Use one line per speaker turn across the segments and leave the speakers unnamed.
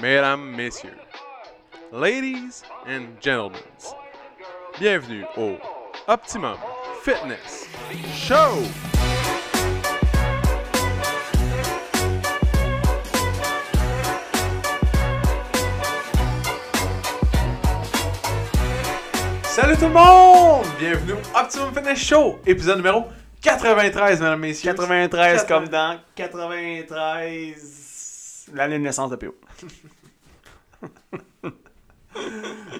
mesdames, messieurs, ladies and gentlemen, bienvenue au Optimum Fitness Show! Salut tout le monde! Bienvenue au Optimum Fitness Show, épisode numéro 93, mesdames, messieurs.
93 comme dans 93 l'année de naissance de P.O.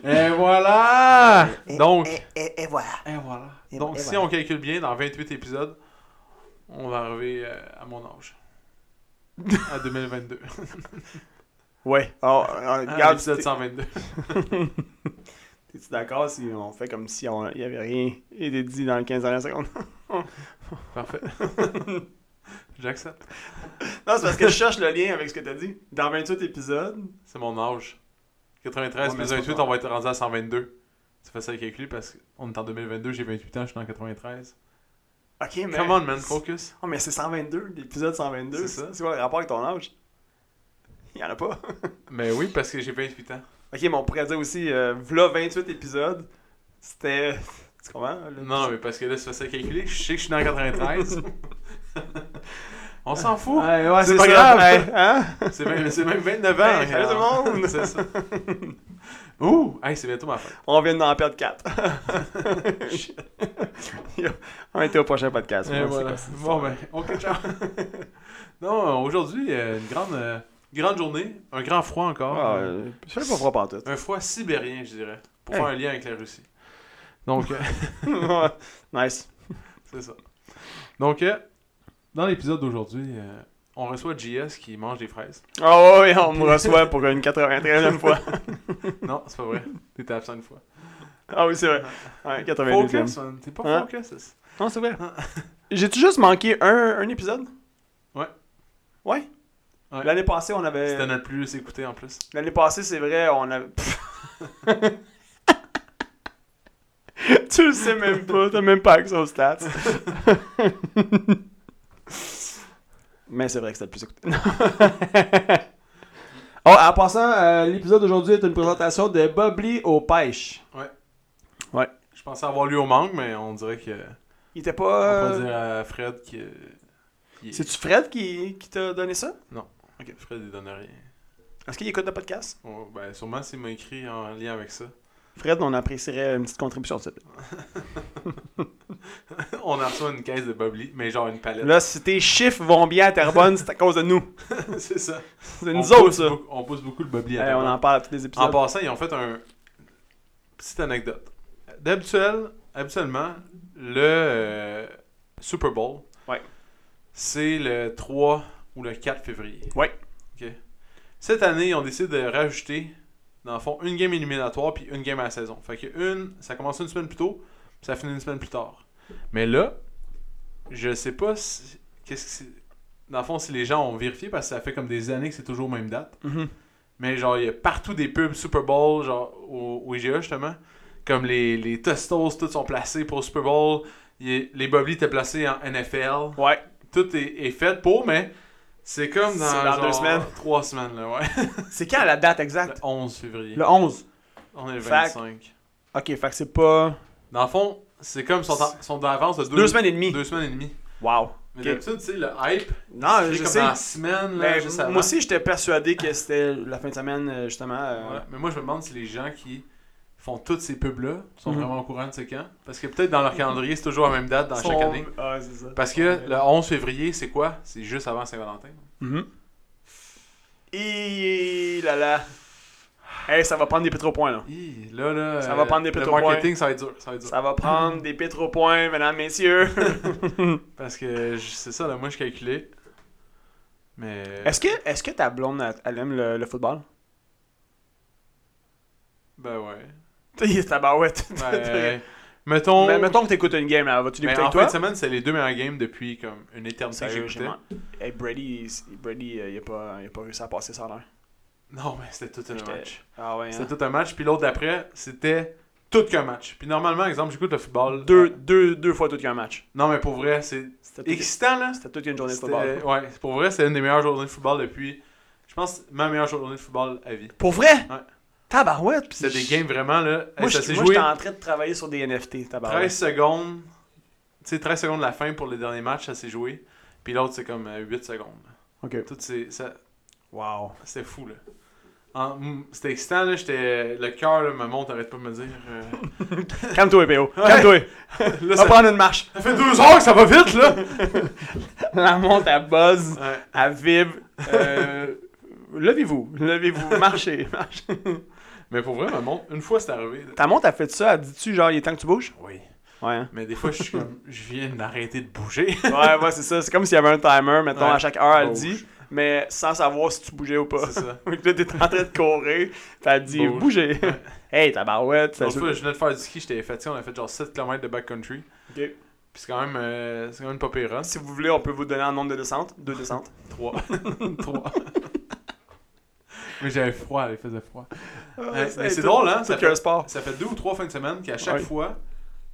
Et voilà! Donc,
et, voilà.
Et voilà.
Et
Donc,
et
si
voilà.
on calcule bien, dans 28 épisodes, on va arriver euh, à mon âge. À 2022.
Ouais. Oh,
à
regarde,
l'épisode 122.
t'es- t'es-tu d'accord si on fait comme si on- il n'y avait rien été dit dans les 15 dernières secondes?
Parfait. J'accepte.
non, c'est parce que je cherche le lien avec ce que t'as dit. Dans 28 épisodes,
C'est mon âge. 93
Ouais, mais
plus
c'est pas
28,
grave.
on va être rendu à 122. C'est facile à calculer parce qu'on est en 2022, j'ai 28 ans, je suis en 93.
ok, mais...
Come on, man, focus.
Oh, mais c'est 122, l'épisode 122.
C'est ça.
C'est quoi le rapport avec ton âge? Il n'y en a pas.
Mais oui, parce que j'ai 28 ans.
ok, mais on pourrait dire aussi, euh, v'là 28 épisodes, c'était... Tu comprends? le-
Non, mais parce que là, c'est facile à calculer. Je sais que je suis dans 93. on s'en fout.
Ouais, ouais, hein?
C'est
c'est
pas
pas
grave.
grave.
C'est même, c'est même 29 ans.
Hey, Ben, salut tout le monde.
c'est ça. Ouh! Hey, c'est bientôt ma fête.
On vient d'en perdre 4. on était au prochain podcast.
Et
Ouais,
voilà.
c'est quoi,
Bon, ben, ok, ciao. non, aujourd'hui, euh, une grande, euh, grande journée, un grand froid encore.
Ah, euh, je sais pas pourquoi pas en tout.
Un froid sibérien, je dirais, pour
Hey.
faire un lien avec la Russie. Donc, euh,
nice.
c'est ça. Donc, euh, dans l'épisode d'aujourd'hui, euh, on reçoit JS qui mange des fraises.
Oh oui, on me reçoit pour une 93e fois.
Non, c'est pas vrai. T'étais absent une fois.
Ah oui, c'est vrai. Ouais, 92e.
Focus, man. T'es pas
Hein?
focus.
Non, c'est vrai. J'ai-tu juste manqué un, un épisode?
Ouais.
Ouais?
Ouais.
L'année passée, on avait...
C'était notre plus écouté en plus.
L'année passée, c'est vrai, on avait... tu le sais même pas, t'as même pas accès aux stats. Mais c'est vrai que c'était le plus écouté. oh, en passant, euh, l'épisode d'aujourd'hui est une présentation de Bob Lee aux pêches.
Je pensais avoir lu au manque, mais on dirait que.
Il était
On
pas... euh,
peut dire à Fred que. qu'il-
C'est-tu Fred qui, qui t'a donné ça?
Ok, Fred, il donne rien.
Est-ce qu'il écoute le podcast?
Oh, ben, sûrement s'il m'a écrit en lien avec ça.
Fred, on apprécierait une petite contribution de ça.
on a reçu une caisse de Bobly, mais genre une palette.
Là, si tes chiffres vont bien à Terrebonne, c'est à cause de nous.
c'est ça.
C'est
On
nous
pousse
autres, ça.
beaucoup- Eh, on pousse beaucoup le Bobly à
Hey, on
Terrebonne.
en parle à tous les
En
épisodes.
passant, ils ont fait un. Petite anecdote. D'habituel, habituellement, le euh, Super Bowl,
Ouais.
c'est le 3 ou le 4 février.
Ouais.
OK. Cette année, ils ont décidé de rajouter, dans le fond, une game éliminatoire puis une game à la saison. Fait que une, ça commence une semaine plus tôt, puis ça finit une semaine plus tard. Mais là, je sais pas si- qu'est-ce que c'est- Dans le fond, si les gens ont vérifié, parce que ça fait comme des années que c'est toujours même date.
Mhm.
Mais genre, il y a partout des pubs Super Bowl, genre au, au IGA justement. Comme les, les Tostos, tous sont placés pour Super Bowl. Il y a- les Bobby étaient placés en NFL.
Ouais.
Tout est, est fait pour, mais c'est comme dans,
C'est dans deux
genre,
semaines.
Trois semaines, là, ouais.
C'est quand la date
Le
exacte?
11 février.
Le 11.
On est le
Fact.
25.
Ok, fait que c'est pas.
Dans le fond, c'est comme ils sont, en- sont dans l'avance de deux,
Deux, semaines et demie.
deux semaines et demie.
Wow.
Mais
Ok.
d'habitude, tu sais, le hype,
Non,
c'est
je
comme
sais.
dans la semaine, là,
Mais
juste avant.
moi aussi, j'étais persuadé que c'était la fin de semaine, euh, justement. euh,
Ouais, mais moi, je me demande si les gens qui font toutes ces pubs-là sont
Mhm.
vraiment au courant de ce camp. Parce que peut-être dans leur calendrier, c'est toujours la même date dans
son-
chaque année.
Ah, c'est ça.
Parce que le 11 février, c'est quoi C'est juste avant Saint-Valentin.
Mhm. Hi là là. Hey, ça va prendre des pétropoints, là.
Hi, Là, là, euh,
Ça va prendre des
Le
pétropoints.
marketing, ça va être dur. Ça va être dur.
Ça va prendre des pétropoints, mesdames, messieurs.
Parce que je- c'est ça, là, moi, je calculais. Mais.
Est-ce que, est que ta blonde, elle, elle aime le, le football?
Ben ouais.
T'es tabarouette.
Ben, mettons.
Mais mettons que t'écoutes une game, là. Vas-tu
Mais Ben,
l'écouter
en
avec
fin
toi?
de semaine, c'est les deux meilleurs games depuis comme une éternité que j'écoutais.
Sérieusement. Hey, Brady, il- Brady, euh, il a pas, il a pas réussi à passer ça en l'air.
Non, mais c'était tout un
J'étais-
match.
Ah ouais, hein?
C'était tout un match, puis l'autre d'après, c'était tout qu'un match. Puis normalement, exemple, j'écoute le football.
Deux,
Euh,
deux, deux fois tout qu'un match.
Non, mais pour vrai, c'est
C'était tout-
excitant, là.
c'était toute une journée de
C'était-
football.
Ouais, pour vrai, c'est une des meilleures journées de football depuis, Je pense ma meilleure journée de football à vie.
Pour vrai?
Ouais.
Tabarouette. pis
C'était des
je-
games vraiment là.
Moi,
ça
je-
s'est
moi, j'étais
joué
en train de travailler sur des NFT, tabarouette.
13 secondes. Tu sais, 13 secondes de la fin pour le dernier match, ça s'est joué. Puis l'autre, c'est comme euh, 8 secondes.
OK.
Tout c'est. ça-
Wow.
C'était fou, là. En- mm, C'était excitant, là. J'étais. Le cœur, là, me monte, arrête pas de me dire. euh,
Calme-toi, PO. Calme-toi.
Là,
Va
ça,
prendre une marche.
ça fait deux heures que ça va vite, là!
La monte à buzz,
Ouais.
à vibre. Euh, levez-vous. Levez-vous. Marchez. Marchez.
Mais pour vrai, ma montre, une fois, c'est arrivé. là.
Ta montre, elle fait ça. Elle dit-tu, genre, il est temps que tu bouges?
Oui.
Ouais. hein?
Mais des fois, je suis comme. Je viens d'arrêter de bouger.
Ouais, ouais, c'est ça. C'est comme s'il y avait un timer, mettons,
Ouais.
à chaque heure, elle
Bouge.
dit, mais sans savoir si tu bougeais ou pas.
C'est ça.
Donc là, t'es en train de courir, pis elle dit,
Bouge.
bougez. hey, tabarouette, ça
L'autre
joue.
fois, je venais de faire du ski, j'étais fatigué, on a fait genre 7 km de backcountry.
Ok.
Puis c'est quand même. euh, c'est quand même pas pire, hein?
Si vous voulez, on peut vous donner un nombre de descentes. Deux descentes.
3. 3. Mais j'avais froid, il faisait froid.
Ouais,
mais c'est drôle, hein,
C'est
Ah, ça
tout qu'un sport.
Ça fait deux ou trois fins de semaine qu'à chaque
Ouais.
fois,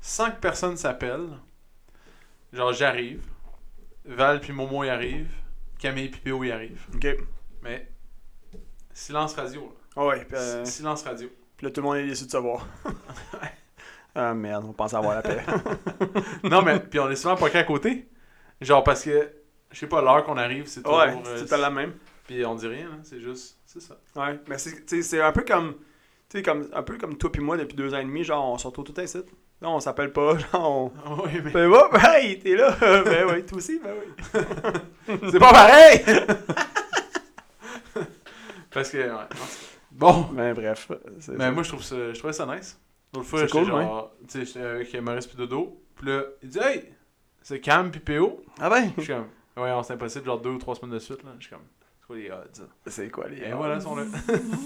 cinq personnes s'appellent. Genre, j'arrive. Val puis Momo y arrive. Camille puis Péo y arrive.
Ok.
Mais. Silence radio. là.
Ah ouais, pis, euh,
S- Silence radio.
pis là, tout le monde est déçu de savoir. ah merde, on pense avoir la paix.
non, mais. Puis on est souvent pas qu'à côté. Genre, parce que. Je sais pas, l'heure qu'on arrive, c'est toujours.
ouais,
euh,
c'est tout à la même.
Puis on dit rien, hein, c'est juste. C'est ça.
Ouais, mais c'est tu sais, c'est un peu comme. Tu sais, comme, un peu comme toi pis moi depuis deux ans et demi, genre, on se retrouve tout ici. Là, on s'appelle pas, genre, on.
oui, mais.
Ben bon, hey, t'es là. ben oui, toi aussi, ben oui.
C'est pas pareil! Parce que, ouais, en tout cas. Bon!
Ben bref. c'est
Mais
ça.
moi, je trouve ça, je trouvais ça nice. L'autre fois,
C'est
j'étais
cool,
genre, tu sais, j'étais avec Maurice puis Dodo. Puis là, il dit, hey, c'est Cam puis PO.
Ah ben?
Je suis comme, ouais, on, c'est impossible, genre deux ou trois semaines de suite, là. Je suis comme, c'est quoi les odds? hein?
C'est quoi les.
Et voilà, ils sont là.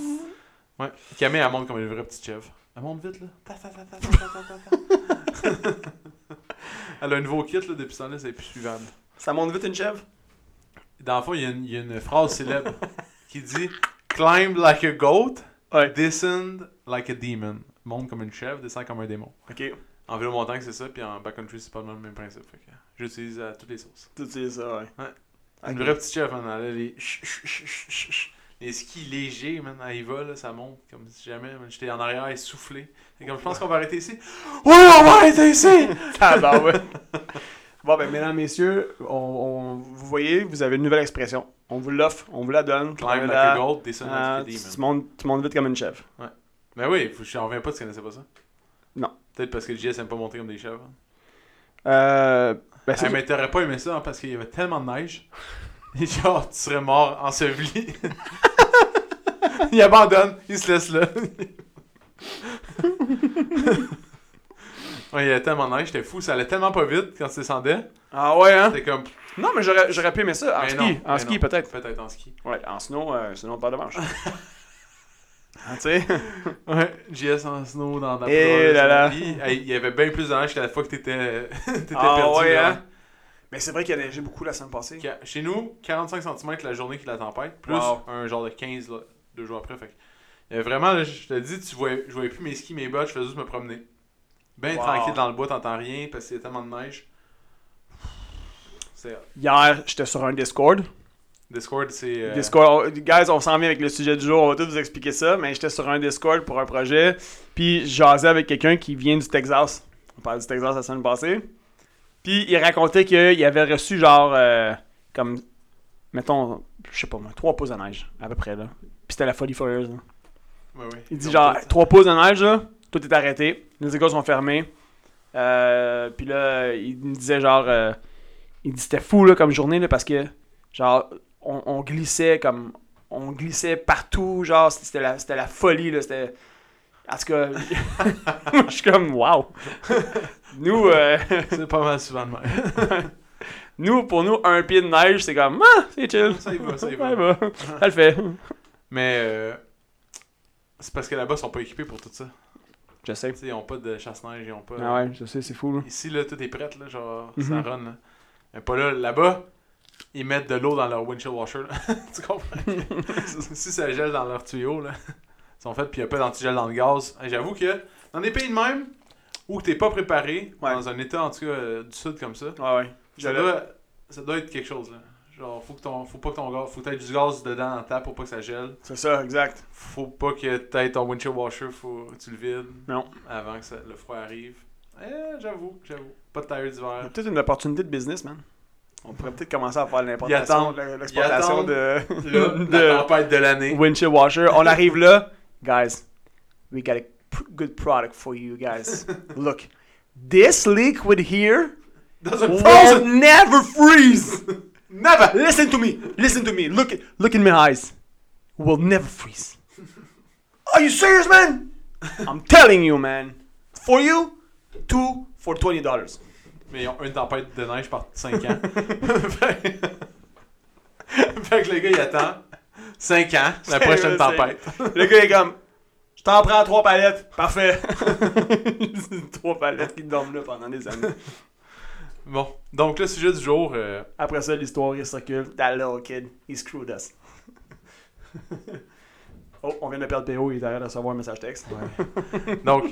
ouais. Camille, elle monte comme une vraie petite chèvre. Elle monte vite, là. Ta, ta, ta, ta, ta, ta, ta, ta. elle a un nouveau kit, là, depuis ce temps-là, c'est plus suivable.
Ça monte vite une chèvre?
Dans le fond, il y, a une- il y a une phrase célèbre qui dit Climb like a goat,
Ouais.
descend like a demon. Monte comme une chèvre, descend comme un démon.
Ok.
En vélo montagne, c'est ça, puis en backcountry, c'est pas le même principe. Fait que j'utilise à toutes les sources.
Tu sais ça, ouais. Ah,
Ouais.
Ok.
Une vraie petite chèvre, man. Elle a les, ch- ch- ch- ch- ch- ch- les skis légers, man. Elle y va, là, ça monte comme si jamais. man. J'étais en arrière essoufflé. Et comme je pense qu'on va arrêter ici. Oui, on va arrêter ici
Ah bah ouais. Bon, ben, mesdames, messieurs, on, on- vous voyez, vous avez une nouvelle expression. On vous l'offre, on vous la donne.
Climb
On
like
la-
a goat, descend
Ah,
like a
tu,
demon.
tu montes, tu montes vite comme une chèvre.
Mais oui, faut- je reviens pas, tu connaissais pas ça
Non.
Peut-être parce que le JS aime pas monter comme des chèvres.
Euh, ben, c'est
Ah, mais t'aurais pas aimé ça hein, parce qu'il y avait tellement de neige. Et genre, tu serais mort enseveli. il abandonne, il se laisse là. ouais, il y avait tellement de neige, j'étais fou. Ça allait tellement pas vite quand tu descendais.
Ah ouais, hein?
C'était comme.
Non, mais j'aurais, j'aurais pu aimer ça. En
mais
ski,
non,
en
mais
ski
non.
peut-être.
Peut-être en ski.
Ouais, en snow, euh, c'est une autre paire de manches. Ah, tu sais?
Ouais, JS en snow dans la
Eh
Floride,
là là.
Italie. Hey, Il y avait bien plus de neige que la fois que t'étais t'étais
Ah
perdu.
ouais,
là.
hein? Mais c'est vrai qu'il a neigé beaucoup la semaine passée.
Ca- Chez nous, 45 cm la journée qui la tempête, plus
Wow.
un genre de 15 là, deux jours après. Fait que, il y a vraiment, là, je te dis, tu voyais, je voyais plus mes skis, mes bottes, je faisais juste me promener. Ben
Wow.
tranquille dans le bois, t'entends rien parce qu'il y a tellement de neige. C'est
Hier, j'étais sur un Discord.
Discord, c'est. euh,
Discord. Guys, on s'en vient avec le sujet du jour, on va tout vous expliquer ça, mais j'étais sur un Discord pour un projet, puis je jasais avec quelqu'un qui vient du Texas. On parlait du Texas la semaine passée. Puis il racontait qu'il avait reçu genre euh, comme mettons, je sais pas moi, 3 pouces de neige à peu près là. Puis c'était la folie furieuse. là.
ouais, ouais.
Il dit
Ils
genre
ont tout-
3 pouces de neige là, tout est arrêté, les écoles sont fermées. Euh, puis là, il me disait genre euh, il dit c'était fou là comme journée là parce que genre on, on glissait comme on glissait partout, genre c'était la c'était la folie là, c'était en tout cas, moi, je suis comme wow. nous euh,
C'est pas mal souvent de même.
nous pour nous un pied de neige, c'est comme ah, c'est chill.
Ça y va, ça y va.
Ça Ça le fait.
Mais euh, c'est parce que là-bas, ils sont pas équipés pour tout ça.
Je sais.
Tu sais, ils ont pas de chasse-neige, ils ont pas.
Ah ouais, je sais, c'est fou là.
Ici, là, tout est prêt, là, genre,
Mhm.
ça run. Là. Mais pas là, là-bas, ils mettent de l'eau dans leur windshield washer. là. tu comprends? si ça gèle dans leur tuyau, là, ils sont faits, puis il n'y a pas d'antigel dans le gaz. Hey, J'avoue que dans des pays de même, où que t'es pas préparé,
Ouais.
dans un état, en tout cas, euh, du sud comme ça,
Ouais ouais.
ça doit, ça doit être quelque chose. Là. Je- Genre, faut, que ton, faut pas que ton gaz, faut que t'aies du gaz dedans en tape pour pas que ça gèle.
C'est ça, exact.
Faut pas que t'aies ton windshield washer, faut que tu le vides.
Non.
Avant que ça- le froid arrive. Eh, j'avoue, j'avoue. Pas de tire
Il y a
d'hiver.
peut-être une opportunité de business, man. On pourrait peut-être commencer à faire l'importation,
attendent-
l'exportation
ils attendent
de,
Là, la
de
tempête de l'année.
windshield washer. On arrive là. Guys, we got a p- good product for you guys. Look, this liquid here
Dans un
will never freeze.
Never!
Listen to me. Listen to me. Look, look in my eyes. Will never freeze. Are you serious, man? I'm telling you, man. For you, two for twenty dollars.
Mais ils ont une tempête de neige par 5 ans. fait que- fait que le gars, il attend 5 ans, la prochaine tempête.
Le gars est comme, je t'en prends trois palettes, parfait. trois palettes qui dorment là pendant des années.
Bon, donc le sujet du jour, euh,
Après ça, l'histoire il circule. That little kid, he screwed us. oh, on vient de perdre PO, il est arrivé de recevoir un message texte.
donc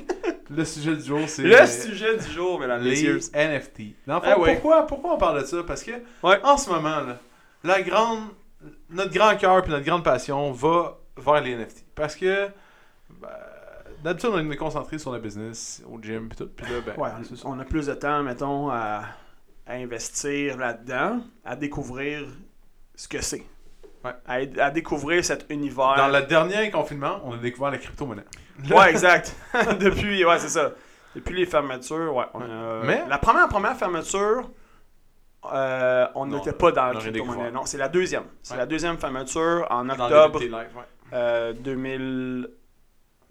le sujet du jour, c'est
Le
euh,
sujet du jour, mesdames et
les
messieurs.
NFT. Dans le fond,
Ah ouais.
pourquoi, pourquoi on parle de ça Parce que
Ouais.
en ce moment, là, la grande, notre grand cœur et notre grande passion va vers les NFT. Parce que ben, d'habitude, on est concentré sur le business, au gym, puis tout. Puis là, ben,
Ouais, on a plus de temps, mettons, à, à investir là-dedans, à découvrir ce que c'est.
Ouais.
À, à découvrir cet univers.
Dans le dernier confinement, on a découvert la crypto-monnaie.
Ouais, exact. Depuis, ouais, c'est ça. Depuis les fermetures, ouais. on a-
Mais-
La première, première fermeture, euh, on
Non,
n'était pas
on
dans le
aurait
crypto-monnaie.
découvert.
Non, c'est la deuxième. C'est
Ouais.
la deuxième fermeture en
Dans
octobre
le DBT Live, ouais.
euh, 2000.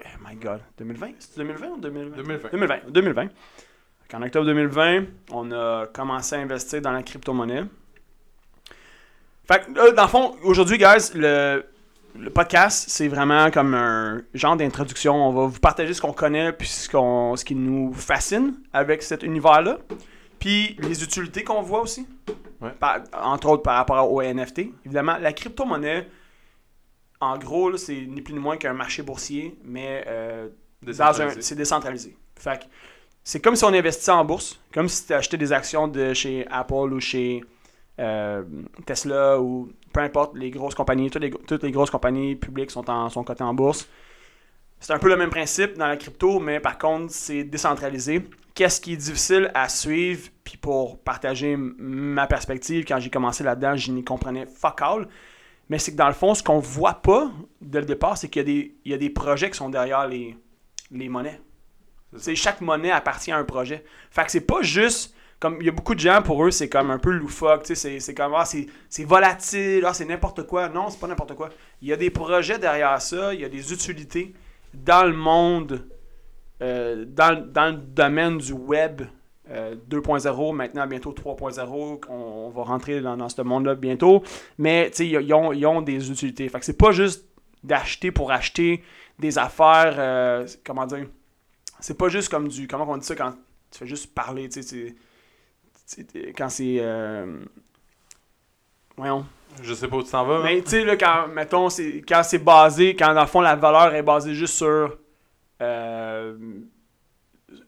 Oh my god. 2020 C'est 2020 ou 2020
2020.
2020. 2020. En octobre 2020, on a commencé à investir dans la crypto-monnaie. Fait que là, dans le fond, aujourd'hui, guys, le, le podcast, c'est vraiment comme un genre d'introduction. On va vous partager ce qu'on connaît puis ce, qu'on, ce qui nous fascine avec cet univers-là. Puis les utilités qu'on voit aussi.
Ouais.
Par- entre autres par rapport au NFT. Évidemment, la crypto-monnaie, en gros, là, c'est ni plus ni moins qu'un marché boursier, mais euh, dans un-
Décentralisé.
c'est décentralisé. Fait que c'est comme si on investissait en bourse, comme si tu achetais des actions de chez Apple ou chez euh, Tesla ou peu importe, les grosses compagnies, toutes les, toutes les grosses compagnies publiques sont, en, sont cotées en bourse. C'est un peu le même principe dans la crypto, mais par contre, c'est décentralisé. Qu'est-ce qui est difficile à suivre? Puis pour partager m- ma perspective, quand j'ai commencé là-dedans, je n'y comprenais fuck all. Mais c'est que dans le fond, ce qu'on voit pas dès le départ, c'est qu'il y a des- il y a des projets qui sont derrière les, les monnaies.
C'est ça.
C'est chaque monnaie appartient à un projet. Fait que c'est pas juste comme il y a beaucoup de gens pour eux, c'est comme un peu loufoque, tu sais, c'est- c'est comme ah, c'est c'est volatile, ah, c'est n'importe quoi. Non, c'est pas n'importe quoi. Il y a des projets derrière ça, il y a des utilités dans le monde euh, dans, le- dans le domaine du web euh, 2.0, maintenant bientôt 3.0, on, on va rentrer dans, dans ce monde-là bientôt. Mais tu sais, ils ont, ils ont des utilités. Fait que c'est pas juste d'acheter pour acheter des affaires, euh, comment dire, c'est pas juste comme du, comment on dit ça quand tu fais juste parler, tu sais, tu- tu- tu- quand c'est, euh, voyons,
Je sais pas où tu t'en vas, mais.
mais tu sais, là, quand, mettons, c'est, quand c'est basé, quand dans le fond, la valeur est basée juste sur. euh,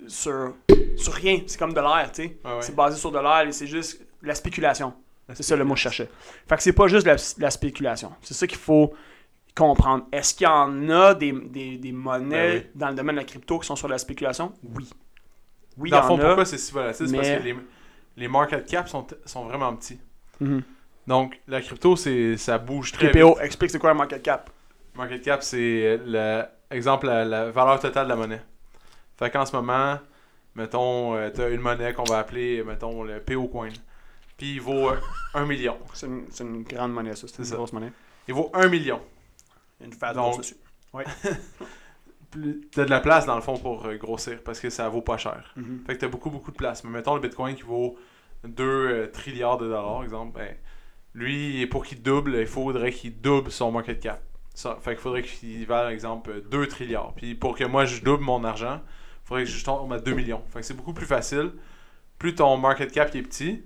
sur, sur rien. C'est comme de l'air, tu sais.
Ouais, ouais.
C'est basé sur de l'air et c'est juste la spéculation. C'est ça le mot que je cherchais. Fait que c'est pas juste la, la spéculation. C'est ça qu'il faut comprendre. Est-ce qu'il y en a des, des- des monnaies
Ben oui.
dans le domaine de la crypto qui sont sur la spéculation? Oui. Oui, il y
Dans le
en
fond,
a.
pourquoi c'est si volatile C'est
mais-
parce que les, les market caps sont, sont vraiment petits.
Mhm.
Donc, la crypto, c'est ça bouge très vite.
TPO, explique c'est quoi un market cap.
Market cap, c'est, euh, le, exemple, la, la valeur totale de la monnaie. Fait qu'en ce moment, mettons, euh, t'as une monnaie qu'on va appeler, mettons, le PO coin. Puis il vaut 1 million.
C'est une, c'est une grande monnaie, ça. C'est une
C'est ça.
grosse monnaie.
Il vaut 1 million.
Une phase
Donc,
dessus.
Plus- T'as de la place, dans le fond, pour euh, grossir, parce que ça vaut pas cher.
Mhm.
Fait que t'as beaucoup, beaucoup de place. Mais mettons le Bitcoin qui vaut 2 euh, trilliards de dollars, exemple, ben, lui, pour qu'il double, il faudrait qu'il double son market cap. Ça, fait qu'il faudrait qu'il vale, exemple, euh, 2 trilliards. Puis pour que moi, je double mon argent, il faudrait que je tombe à 2 millions. Fait que c'est beaucoup plus facile. Plus ton market cap est petit,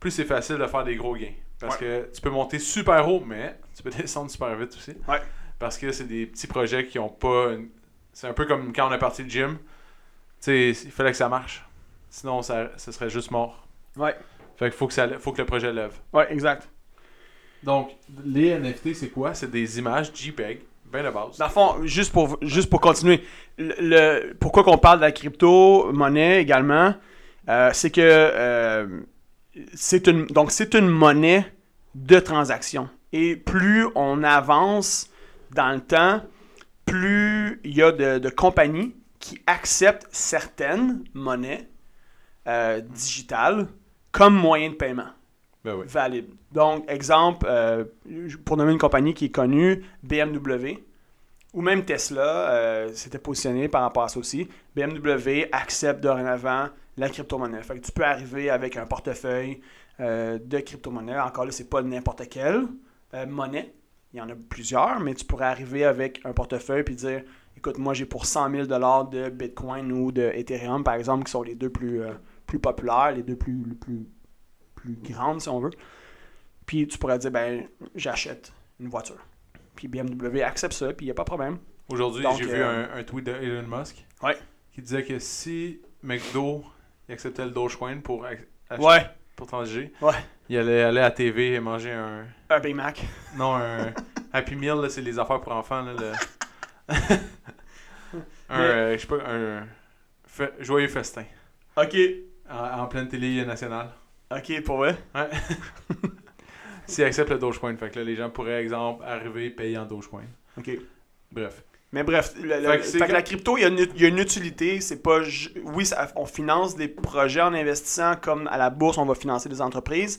plus c'est facile de faire des gros gains. Parce que tu peux monter super haut, mais tu peux descendre super vite aussi.
Ouais.
Parce que c'est des petits projets qui ont pas... une- C'est un peu comme quand on est parti de gym. Tu sais, il fallait que ça marche. Sinon, ça, ça serait juste mort.
Ouais.
Fait qu'il faut que, ça, faut que le projet lève.
Ouais, exact.
Donc, les NFT, c'est quoi C'est des images JPEG, ben de base.
Dans le fond, juste pour, juste pour continuer, le, le- pourquoi qu'on parle de la crypto-monnaie également, euh, c'est que euh, c'est une, donc c'est une monnaie de transaction. Et plus on avance dans le temps, plus il y a de, de compagnies qui acceptent certaines monnaies euh, digitales comme moyen de paiement
Ben oui.
valide. Donc, exemple, euh, pour nommer une compagnie qui est connue, BMW, ou même Tesla euh, s'était positionné par rapport à ça aussi. BMW accepte dorénavant la crypto-monnaie. Fait que tu peux arriver avec un portefeuille euh, de crypto-monnaie. Encore là, c'est pas n'importe quelle euh, monnaie. Il y en a plusieurs, mais tu pourrais arriver avec un portefeuille puis dire écoute, moi j'ai pour 100 000 de Bitcoin ou de Ethereum, par exemple, qui sont les deux plus, euh, plus populaires, les deux plus, plus, plus grandes, si on veut. Puis tu pourrais dire ben, j'achète une voiture. Puis BMW accepte ça, puis il n'y a pas de problème.
Aujourd'hui,
Donc,
j'ai vu
euh,
un, un tweet de Elon Musk
Ouais.
qui disait que si McDo acceptait le Dogecoin pour, ac- ach-
Ouais,
pour transiger,
Ouais.
il allait aller à TV et manger un.
un Big Mac.
Non, un Happy Meal, là, c'est les affaires pour enfants. Là, le- un,
Mais-
euh, je sais pas, un fe- joyeux festin.
Ok.
En, en pleine télé nationale.
Ok, pour vrai.
Ouais. S'ils acceptent le Dogecoin, fait que là, les gens pourraient, exemple, arriver payer en Dogecoin.
Ok.
Bref.
Mais bref, le- le-
Fait que c'est
fait que la
comme-
crypto, il y, a une ut- il y a une utilité. C'est pas. ju- Oui, ça- on finance des projets en investissant, comme à la bourse, on va financer des entreprises.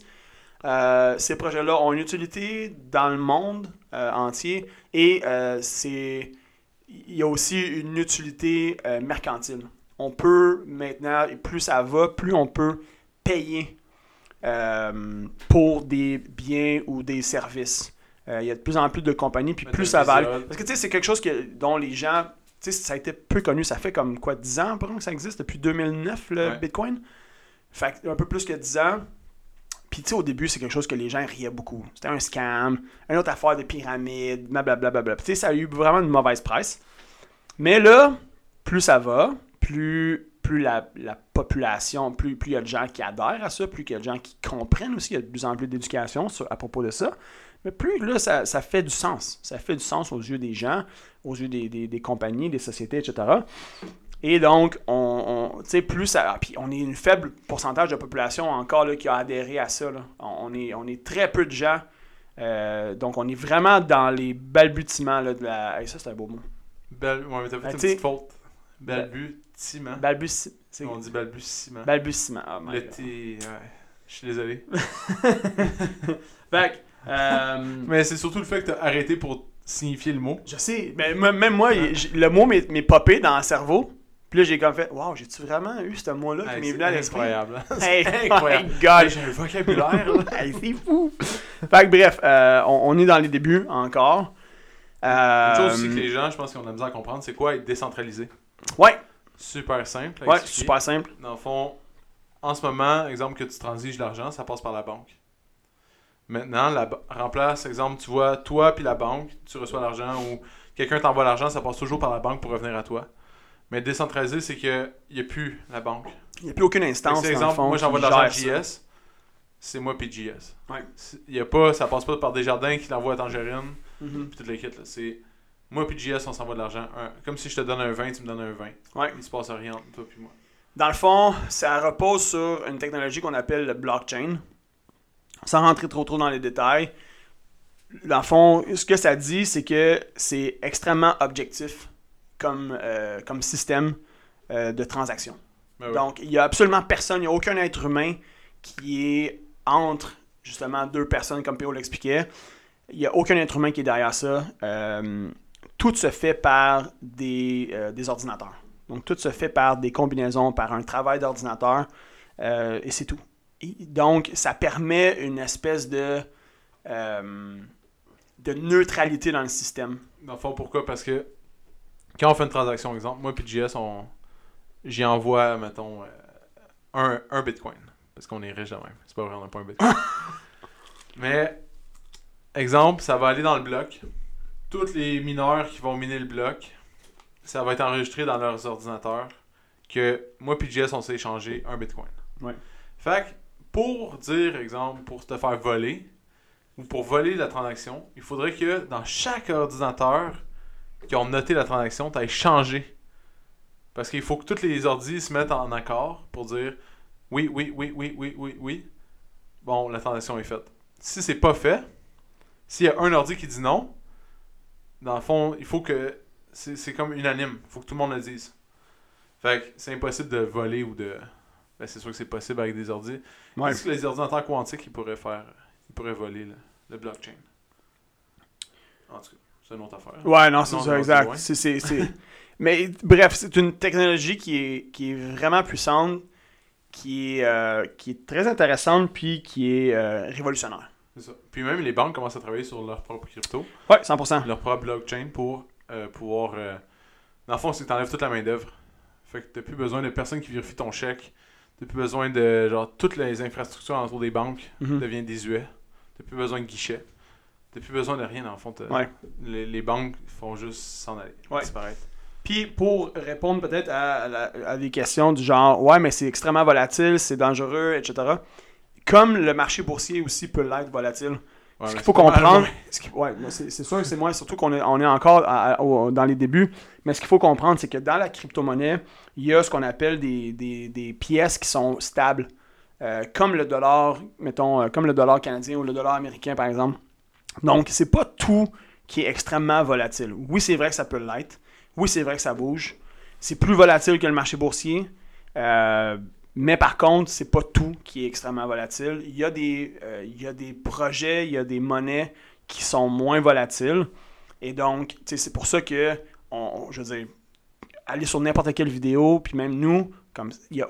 Euh, ces projets-là ont une utilité dans le monde euh, entier et euh, c'est. Il y a aussi une utilité euh, mercantile. On peut maintenant, et plus ça va, plus on peut payer euh, pour des biens ou des services. Euh, il y a de plus en plus de compagnies, puis
Mais
plus
t'as
ça
le
va aller.
Visa.
Parce que tu sais, c'est quelque chose que, dont les gens. Tu sais, ça a été peu connu. Ça fait comme quoi, 10 ans, par exemple, que ça existe, depuis 2009, le
Ouais.
Bitcoin. Fait que un peu plus que 10 ans. Puis tu sais, au début, c'est quelque chose que les gens riaient beaucoup. C'était un scam, une autre affaire de pyramide, blablabla. blablabla. Puis, Tu sais, ça a eu vraiment une mauvaise presse. Mais là, plus ça va, plus, plus la, la population, plus plus il y a de gens qui adhèrent à ça, plus il y a de gens qui comprennent aussi, il y a de plus en plus d'éducation sur- à propos de ça. Mais plus là, ça, ça fait du sens. Ça fait du sens aux yeux des gens, aux yeux des, des- des compagnies, des sociétés, etc. Et donc, on, on- tu sais, plus ça. Puis on est une faible pourcentage de population encore là, qui a adhéré à ça. là. On, on est, on est très peu de gens. Euh, donc, on est vraiment dans les balbutiements là, de la. hey, ça, c'est un beau mot.
Bel... Ouais, mais t'as fait
Ben,
une
t'sais-
petite faute. Balbutiement.
Balbutie. ben, c'est-
On dit balbutiement.
Balbutiement. oh my
Le
God.
T. Ouais. Je suis désolé.
Fait que, euh,
Mais c'est surtout le fait que t'as arrêté pour signifier le mot.
Je sais, mais m- même moi, j'ai- le mot m'est m'est popé dans le cerveau. Puis là, j'ai comme fait, waouh, j'ai-tu vraiment eu ce mot-là qui
Hey,
m'est
c'est
venu à l'esprit?
incroyable. hein.
Hey,
incroyable.
my God.
Hey, J'ai un vocabulaire. là.
Hey, c'est fou! fait que bref, euh, on, on est dans les débuts encore. Euh,
Une chose aussi que les gens, je pense qu'ils ont de la misère à comprendre, c'est quoi être décentralisé.
Ouais,
Super simple. à
ouais,
expliquer.
super simple.
Dans le fond, en ce moment, exemple que tu transiges de l'argent, ça passe par la banque. Maintenant, la ba- remplace, exemple, tu vois toi puis la banque, tu reçois l'argent ou quelqu'un t'envoie l'argent, ça passe toujours par la banque pour revenir à toi. Mais décentralisé, c'est que il n'y a plus la banque.
Il n'y a plus aucune
Fait que
instance.
c'est
dans le
exemple,
fond,
moi
qui
j'envoie de l'argent à
gère ça.
JS, c'est moi puis JS.
Ouais.
C'est- Il y a pas, ça passe pas par Desjardins qui l'envoie à Tangerine
Mhm.
puis toute l'équipe là, c'est moi puis JS on s'envoie de l'argent. Un- Comme si je te donne un 20, tu me donnes un 20.
Ouais.
Il se passe rien entre toi puis moi.
Dans le fond, ça repose sur une technologie qu'on appelle le blockchain. Sans rentrer trop trop dans les détails, dans le fond, ce que ça dit, c'est que c'est extrêmement objectif comme, euh, comme système euh, de transaction.
Ben oui.
Donc, il n'y a absolument personne, il n'y a aucun être humain qui est entre justement deux personnes, comme PO l'expliquait. Il n'y a aucun être humain qui est derrière ça. Euh, tout se fait par des, euh, des ordinateurs. Donc, tout se fait par des combinaisons, par un travail d'ordinateur, euh, et c'est tout. Et donc, ça permet une espèce de, euh, de neutralité dans le système.
Dans le fond, pourquoi Parce que quand on fait une transaction, exemple, moi puis JS, on... j'y envoie, mettons, euh, un, un bitcoin. Parce qu'on est riche de même. C'est pas vrai, on n'a pas un bitcoin. Mais, exemple, ça va aller dans le bloc. Toutes les mineurs qui vont miner le bloc, ça va être enregistré dans leurs ordinateurs que moi puis JS, on s'est échangé un bitcoin.
Ouais.
Fait que, pour dire, exemple, pour te faire voler, ou pour voler la transaction, il faudrait que dans chaque ordinateur qui ont noté la transaction, tu ailles changer. Parce qu'il faut que tous les ordis se mettent en accord pour dire oui, oui, oui, oui, oui, oui, oui. Bon, la transaction est faite. Si c'est pas fait, s'il y a un ordi qui dit non, dans le fond, il faut que. C'est c'est comme unanime. Il faut que tout le monde le dise. Fait que c'est impossible de voler ou de. Ben, c'est sûr que c'est possible avec des ordis.
Ouais.
Est-ce que les ordinateurs quantiques, ils pourraient faire. Ils pourraient voler le, le blockchain En tout cas, c'est une autre affaire. hein.
Ouais, non, c'est
Non,
ça,
non, c'est
exact.
loin.
C'est, c'est, c'est- Mais bref, c'est une technologie qui est, qui est vraiment puissante, qui est, euh, qui est très intéressante, puis qui est euh, révolutionnaire.
C'est ça. Puis même les banques commencent à travailler sur leur propre crypto,
Ouais, 100%.
leur propre blockchain pour euh, pouvoir. euh, Dans le fond, c'est que t'enlèves toute la main-d'œuvre. Fait que t'as plus besoin de personne qui vérifie ton chèque. T'as plus besoin de. Genre, toutes les infrastructures autour des banques
Mhm.
deviennent désuètes. T'as plus besoin de guichets. T'as plus besoin de rien, dans le fond. t'as-
Ouais.
Les, les banques font juste s'en aller,
Ouais.
disparaître.
Puis pour répondre peut-être à, la- à des questions du genre ouais mais c'est extrêmement volatile, c'est dangereux, etc. Comme le marché boursier aussi peut l'être volatile.
Ouais,
ce
mais
qu'il faut
c'est pas mal
comprendre,
moins.
ce qu'il- ouais, mais c'est c'est sûr que c'est moins, surtout qu'on est, on est encore à- à- au- dans les débuts, mais ce qu'il faut comprendre, c'est que dans la crypto-monnaie, il y a ce qu'on appelle des, des- des pièces qui sont stables, euh, comme le dollar, mettons, euh, comme le dollar canadien ou le dollar américain, par exemple. Donc, c'est pas tout qui est extrêmement volatile. Oui, c'est vrai que ça peut l'être. Oui, c'est vrai que ça bouge. C'est plus volatile que le marché boursier. Euh, mais par contre, c'est pas tout qui est extrêmement volatile. Il y, a des, euh, il y a des projets, il y a des monnaies qui sont moins volatiles. Et donc, tu sais, c'est pour ça que, on, on- je veux dire, allez sur n'importe quelle vidéo, puis même nous, comme il y a,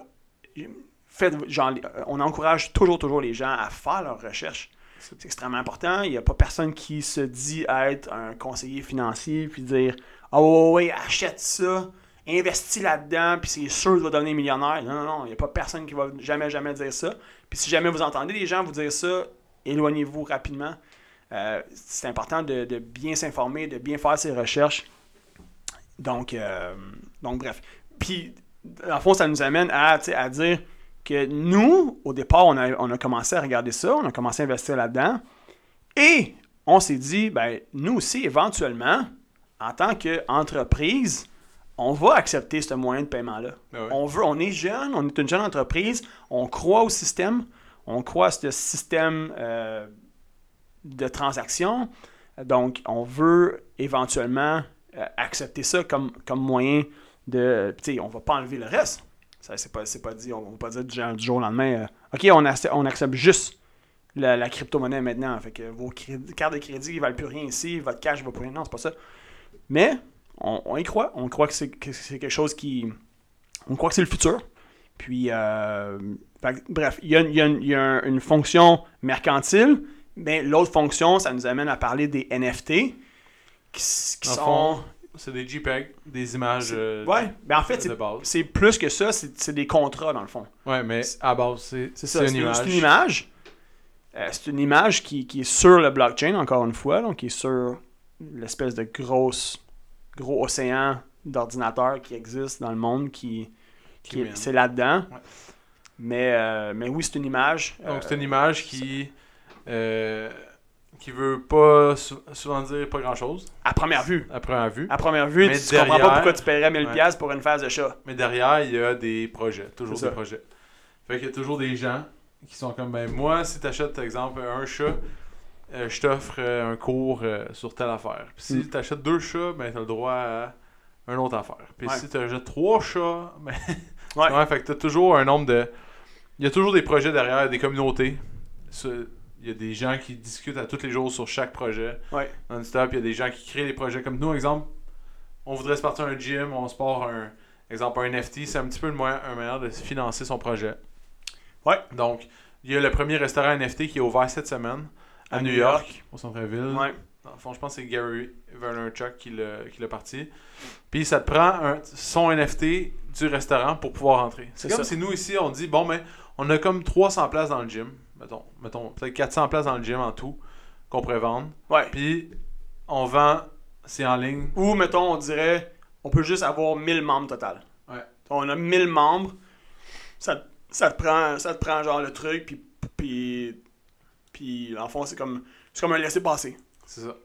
faites, genre, on encourage toujours, toujours les gens à faire leurs recherches. C'est extrêmement important. Il n'y a pas personne qui se dit être un conseiller financier, puis dire Ah oui, achète ça, investis là-dedans, puis c'est sûr que tu vas devenir millionnaire. Non, non, non, il n'y a pas personne qui va jamais, jamais dire ça. Puis si jamais vous entendez les gens vous dire ça, éloignez-vous rapidement. Euh, c'est important de, de bien s'informer, de bien faire ses recherches. Donc, euh, donc bref. Puis, en fond, ça nous amène à, tu sais, à dire que nous, au départ, on a, on a commencé à regarder ça, on a commencé à investir là-dedans. Et on s'est dit, ben, nous aussi, éventuellement, en tant qu'entreprise, on va accepter ce moyen de paiement-là.
Ah ouais.
On veut, on est jeune, on est une jeune entreprise, on croit au système, on croit à ce système euh, de transaction. Donc, on veut éventuellement euh, accepter ça comme, comme moyen de. Tu sais, on va pas enlever le reste. Ça, c'est pas, c'est pas dit, on va pas dire du, genre- du jour au lendemain, euh, OK, on, acce- on accepte juste la, la crypto-monnaie maintenant. Fait que vos crédits- cartes de crédit ne valent plus rien ici, votre cash ne va plus rien. Non, c'est pas ça. Mais on, on y croit. On croit que c'est que c'est quelque chose qui. On croit que c'est le futur. Puis, euh, fait que, bref, il y a, une- il y a une- il y a un- une fonction mercantile, mais l'autre fonction, ça nous amène à parler des NFT qui, s- qui
En
sont.
C'est des JPEG, des images euh,
Ouais, mais en fait,
de
c'est-
base.
c'est plus que ça, c'est c'est des contrats dans le fond.
Ouais, mais
c'est-
à base, c'est
C'est ça, c'est
une image.
c'est une image. Euh, c'est une image qui, qui est sur le blockchain, encore une fois, donc qui est sur l'espèce de grosse, gros océan d'ordinateurs qui existe dans le monde, qui,
Qui
qui-
mène.
c'est là-dedans.
Ouais.
Mais, euh, mais oui, c'est une image. euh,
Donc, c'est une image qui. euh, qui veut pas sou- souvent dire pas grand chose
à première vue.
à première vue.
À première vue,
Mais
tu comprends pas
derrière-
pourquoi tu paierais 1000$
Ouais.
piastres pour une phase de chat.
Mais derrière, il y a des projets, toujours
C'est ça.
des projets. Fait qu'il y a toujours des gens qui sont comme ben moi, si t'achètes par exemple un chat, euh, je t'offre euh, un cours euh, sur telle affaire. Puis si
Mm.
t'achètes deux chats, ben t'as le droit à une autre affaire. Puis
Ouais.
si t'achètes trois chats, ben
Ouais.
ouais, fait que t'as toujours un nombre de il y a toujours des projets derrière, des communautés. Ce- Il y a des gens qui discutent à tous les jours sur chaque projet.
Ouais.
Non-stop, il y a des gens qui créent des projets. Comme nous, exemple, on voudrait se partir un gym, on se part un, exemple, un NFT. C'est un petit peu le moyen, un moyen de financer son projet.
Ouais.
Donc, il y a le premier restaurant NFT qui est ouvert cette semaine à,
À
New
New
York, au centre-ville.
Ouais.
Dans le fond, je pense que c'est Gary Vaynerchuk qui l'a qui l'a parti. Puis ça te prend un, son NFT du restaurant pour pouvoir entrer. C'est
C'est
comme
ça.
si nous ici, on dit, bon, ben, on a comme 300 places dans le gym. Mettons, mettons peut-être 400 places dans le gym en tout qu'on pourrait vendre.
Ouais.
Puis on vend, c'est en ligne.
Ou, mettons, on dirait, on peut juste avoir 1000 membres total.
Ouais.
On a 1000 membres, ça, te- ça te prend ça te prend genre le truc, puis, puis, puis en fond, c'est comme C'est comme un laisser-passer.
C'est ça.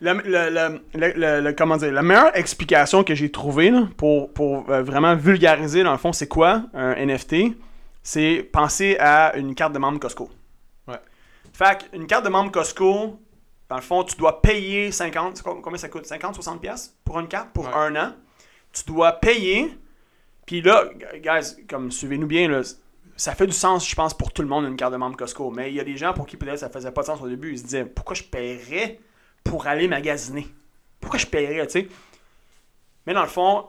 Le, le- le- le- le- le- comment dire, la meilleure explication que j'ai trouvée là, pour, pour euh, vraiment vulgariser, dans le fond, c'est quoi un NFT C'est penser à une carte de membre Costco.
Ouais.
Fait qu'une carte de membre Costco, dans le fond, tu dois payer 50, c'est com- combien ça coûte 50, 60$ piastres pour une carte pour
Ouais.
un an. Tu dois payer. Puis là, g- guys, comme suivez-nous bien, là, ça fait du sens, je pense, pour tout le monde, une carte de membre Costco. Mais il y a des gens pour qui peut-être ça faisait pas de sens au début. Ils se disaient, pourquoi je paierais pour aller magasiner? Pourquoi je paierais, tu sais? Mais dans le fond,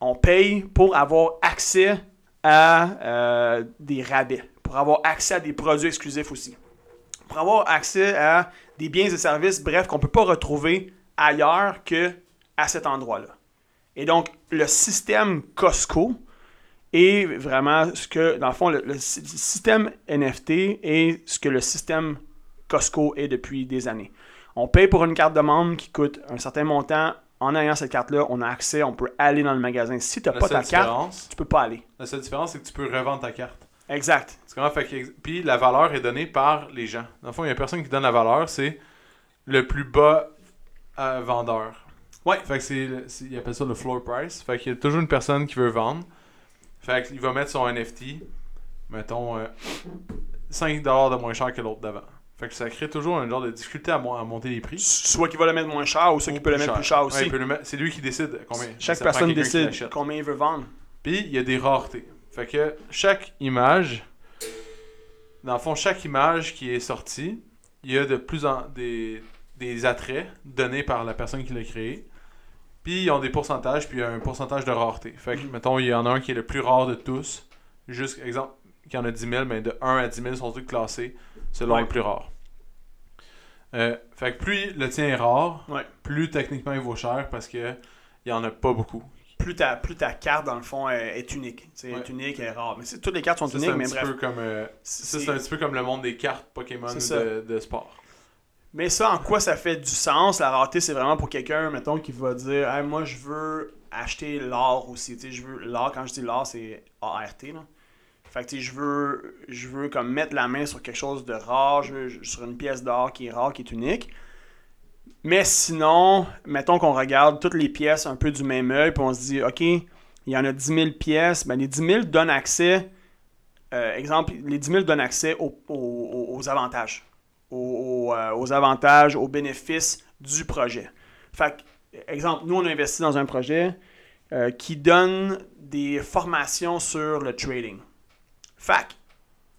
on paye pour avoir accès à euh, des rabais, pour avoir accès à des produits exclusifs aussi, pour avoir accès à des biens et services, bref, qu'on peut pas retrouver ailleurs que à cet endroit-là. Et donc, le système Costco est vraiment ce que, dans le fond, le, le sy- système NFT est ce que le système Costco est depuis des années. On paye pour une carte de membre qui coûte un certain montant. En ayant cette carte-là, on a accès, on peut aller dans le magasin. Si tu n'as
La
pas
seule
ta carte,
différence,
tu peux pas aller.
la seule différence, c'est que tu peux revendre ta carte.
Exact.
Tu comprends? Fait que- puis la valeur est donnée par les gens. Dans le fond, il y a personne qui donne la valeur, c'est le plus bas euh, vendeur.
Ouais.
Fait que c'est, le- c'est- ils appellent ça le floor price. Fait qu'il y a toujours une personne qui veut vendre. Fait qu'il va mettre son NFT, mettons, euh, 5$ de moins cher que l'autre d'avant. Fait que ça crée toujours un genre de difficulté à, mon- à monter les prix.
Soit qui va le mettre moins cher ou soit qui peut le mettre plus cher aussi.
Ouais, il peut le mettre- c'est lui qui décide combien.
Chaque
Ça prend
personne
quelqu'un qui
décide
l'achète.
combien il veut vendre.
Puis il y a des raretés. Fait que chaque image, dans le fond, chaque image qui est sortie, il y a de plus en des, des attraits donnés par la personne qui l'a créé. Puis ils ont des pourcentages, puis il y a un pourcentage de rareté. Fait que, mettons, il y en a un qui est le plus rare de tous. Juste, exemple, qu'il y en a 10 000, mais de 1 à 10 000 sont tous classés selon
Ouais.
le plus rare. Euh, fait que plus le tien est rare,
Ouais.
plus techniquement il vaut cher parce que il y en a pas beaucoup.
Plus ta, plus ta carte, dans le fond, est, est unique. C'est
Ouais.
est unique, est rare. Mais c'est- toutes les cartes sont
Ça, c'est
uniques,
un
mais
petit
bref.
peu comme euh, Ça,
c'est-
c'est un petit peu comme le monde des cartes Pokémon
C'est ça.
de, de sport.
Mais ça, en quoi ça fait du sens? La rareté, c'est vraiment pour quelqu'un, mettons, qui va dire Hey, Moi, je veux acheter l'or aussi. Tu sais, je veux l'or, quand je dis l'or, c'est ART. Là. Fait que tu sais, je veux, je veux comme mettre la main sur quelque chose de rare, je veux- sur une pièce d'or qui est rare, qui est unique. Mais sinon, mettons qu'on regarde toutes les pièces un peu du même œil, puis on se dit OK, il y en a 10 000 pièces. Ben, les 10 000 donnent accès, euh, exemple, les 10 000 donnent accès aux- aux- aux avantages aux, aux, euh, aux avantages, aux bénéfices du projet. Fait que, exemple, nous, on a investi dans un projet euh, qui donne des formations sur le trading. Fait que,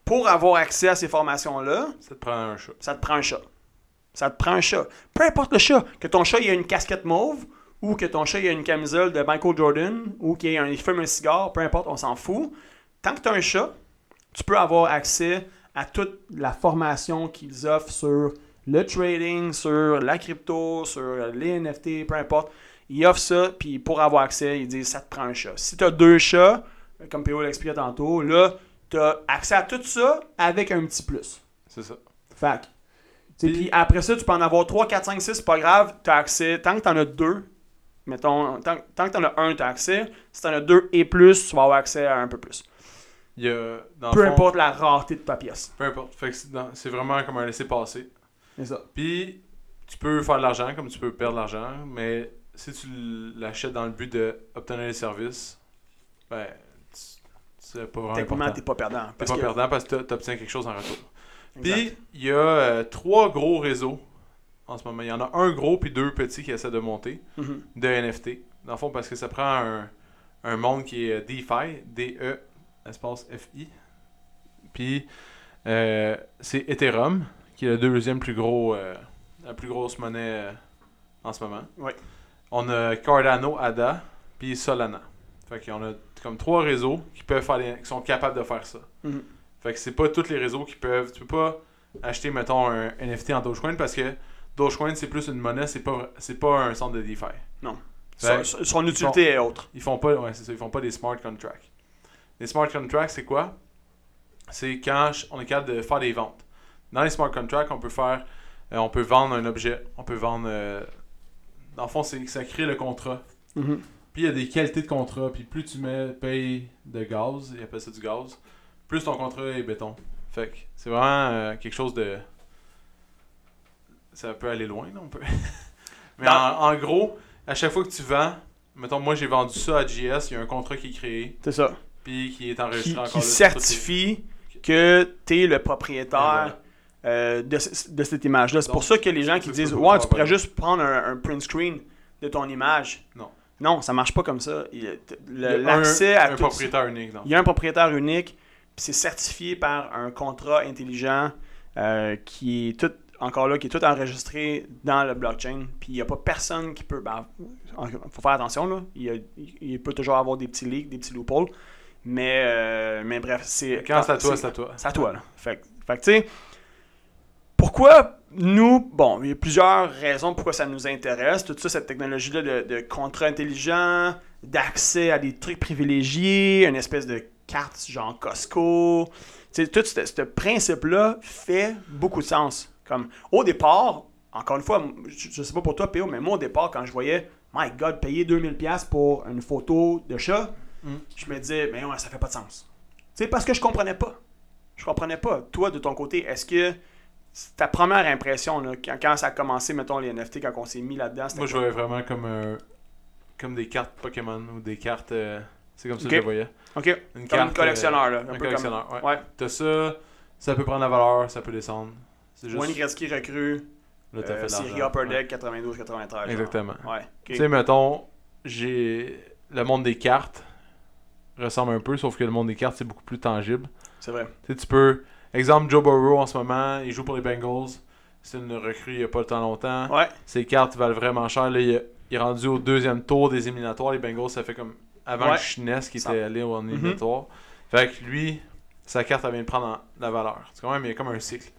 pour avoir accès à ces formations-là,
Ça te prend un chat.
ça te prend un chat. Ça te prend un chat. Peu importe le chat, que ton chat il a une casquette mauve ou que ton chat il a une camisole de Michael Jordan ou qu'il ait un- il fume un cigare, peu importe, on s'en fout. Tant que tu as un chat, tu peux avoir accès à toute la formation qu'ils offrent sur le trading, sur la crypto, sur les NFT, peu importe. Ils offrent ça, puis pour avoir accès, ils disent ça te prend un chat. Si tu as deux chats, comme PO l'expliquait tantôt, là, tu as accès à tout ça avec un petit plus.
C'est ça.
Fait que, tu sais,
Puis-
puis après ça, tu peux en avoir 3, 4, 5, 6, c'est pas grave, t'as accès. Tant que t'en as 2, mettons, tant, tant que t'en as un, t'as accès. Si t'en as 2 et plus, tu vas avoir accès à un peu plus.
Il y a, dans
Peu
le fond,
importe la rareté de ta pièce.
Peu importe. Fait que c'est, dans- c'est vraiment comme un laisser-passer.
C'est ça.
Puis, tu peux faire de l'argent comme tu peux perdre de l'argent, mais si tu l'achètes dans le but d'obtenir les services, ben, tu- c'est pas vraiment
Techniquement,
important.
t'es pas perdant.
T'es
parce
pas
que-
perdant parce que tu obtiens quelque chose en retour.
Exact.
Puis, il y a euh, trois gros réseaux en ce moment. Il y en a un gros puis deux petits qui essaient de monter.
Mhm.
de NFT. Dans le fond, parce que ça prend un, un monde qui est euh, DeFi, D-E, E, espace F-I. Puis, euh, c'est Ethereum, qui est le deuxième plus gros, euh, la plus grosse monnaie euh, en ce moment.
Ouais.
On a Cardano, ADA, puis Solana. Fait qu'on a comme trois réseaux qui peuvent faire les- qui sont capables de faire ça.
Mhm.
Fait que c'est pas tous les réseaux qui peuvent. Tu peux pas acheter, mettons, un NFT en Dogecoin parce que Dogecoin, c'est plus une monnaie, c'est pas, c'est pas un centre de DeFi.
Son,
Fait-
son- son utilité est autre.
Ils font pas, ouais, c'est ça, ils font pas des smart contracts. Les smart contracts, c'est quoi C'est quand ch- on est capable de faire des ventes. Dans les smart contracts, on peut faire, euh, on peut vendre un objet, on peut vendre. euh, dans le fond, c'est ça crée le contrat.
Mhm.
Puis il y a des qualités de contrat. Puis plus tu mets, payes de gaz, ils appellent ça du gaz, plus ton contrat est béton. Fait que c'est vraiment euh, quelque chose de ça peut aller loin, là, on peut. Mais
Dans-
en, en gros, à chaque fois que tu vends, mettons, moi j'ai vendu ça à JS, il y a un contrat qui est créé,
C'est ça.
puis qui est
Qui,
enregistré encore
qui
là sur toutes les-
certifie que tu es le propriétaire
Et voilà.
euh, de, ce- de cette image-là. C'est
Eh ben. Donc,
pour ça que les gens
tu
qui
peux
disent
pas
Ouais,
avoir
tu pourrais
valeur.
juste prendre un, un print screen de ton image.
Non.
Non, ça marche pas comme ça. Il- t- le-
Il y a un-
L'accès à
un
tout-
propriétaire unique. donc.
Il y a un propriétaire unique, puis c'est certifié par un contrat intelligent euh, qui est tout, encore là, qui est tout enregistré dans le blockchain. Puis il n'y a pas personne qui peut. Il faut faire attention, là. Il, y a- il peut toujours avoir des petits leaks, des petits loopholes. Mais, euh, mais bref, c'est.
Quand c'est à toi, c'est à toi.
C'est à toi, là. Fait, que- fait que, tu sais, pourquoi nous, bon, il y a plusieurs raisons pourquoi ça nous intéresse, toute ça, cette technologie-là de, de contrat intelligent, d'accès à des trucs privilégiés, une espèce de carte genre Costco. Tu sais, tout ce, ce principe-là fait beaucoup de sens. Comme, au départ, encore une fois, je, je sais pas pour toi, PO, mais moi, au départ, quand je voyais, my God, payer 2000$ pour une photo de chat,
Mm.
je me disais, mais ouais, ça fait pas de sens. Tu sais, parce que je comprenais pas je comprenais pas. Toi, de ton côté, est-ce que c'est ta première impression, là, quand, quand ça a commencé, mettons, les NFT, quand on s'est mis là-dedans, c'était
Moi, je voyais vraiment comme, euh, comme des cartes Pokémon ou des cartes. euh, c'est comme ça
Ok.
que je le voyais.
OK,
Une
comme
carte.
un collectionneur, là.
euh,
Un,
un
peu comme...
collectionneur, ouais.
Ouais,
T'as ça, ça peut prendre la valeur, ça peut descendre. C'est juste.
Wayne Gretzky recrue,
là, t'as
euh,
fait de
série
l'argent.
Upper
Ouais.
Deck 92-93. genre.
Exactement.
Ouais,
Tu sais,
OK.
mettons, j'ai. Le monde des cartes ressemble un peu, sauf que le monde des cartes, c'est beaucoup plus tangible.
C'est vrai.
Tu sais, tu peux. Exemple, Joe Burrow en ce moment, il joue pour les Bengals. C'est une recrue il n'y a pas tant longtemps.
Ouais,
Ses cartes valent vraiment cher. Là, il, est- il est rendu au deuxième tour des éliminatoires. Les Bengals, ça fait comme avant
Ouais.
le Chinès qui
Ça-
était allé en
Mhm.
éliminatoire. Fait que lui, sa carte, elle vient de prendre en- la valeur. Tu comprends? Mais il y a comme un cycle.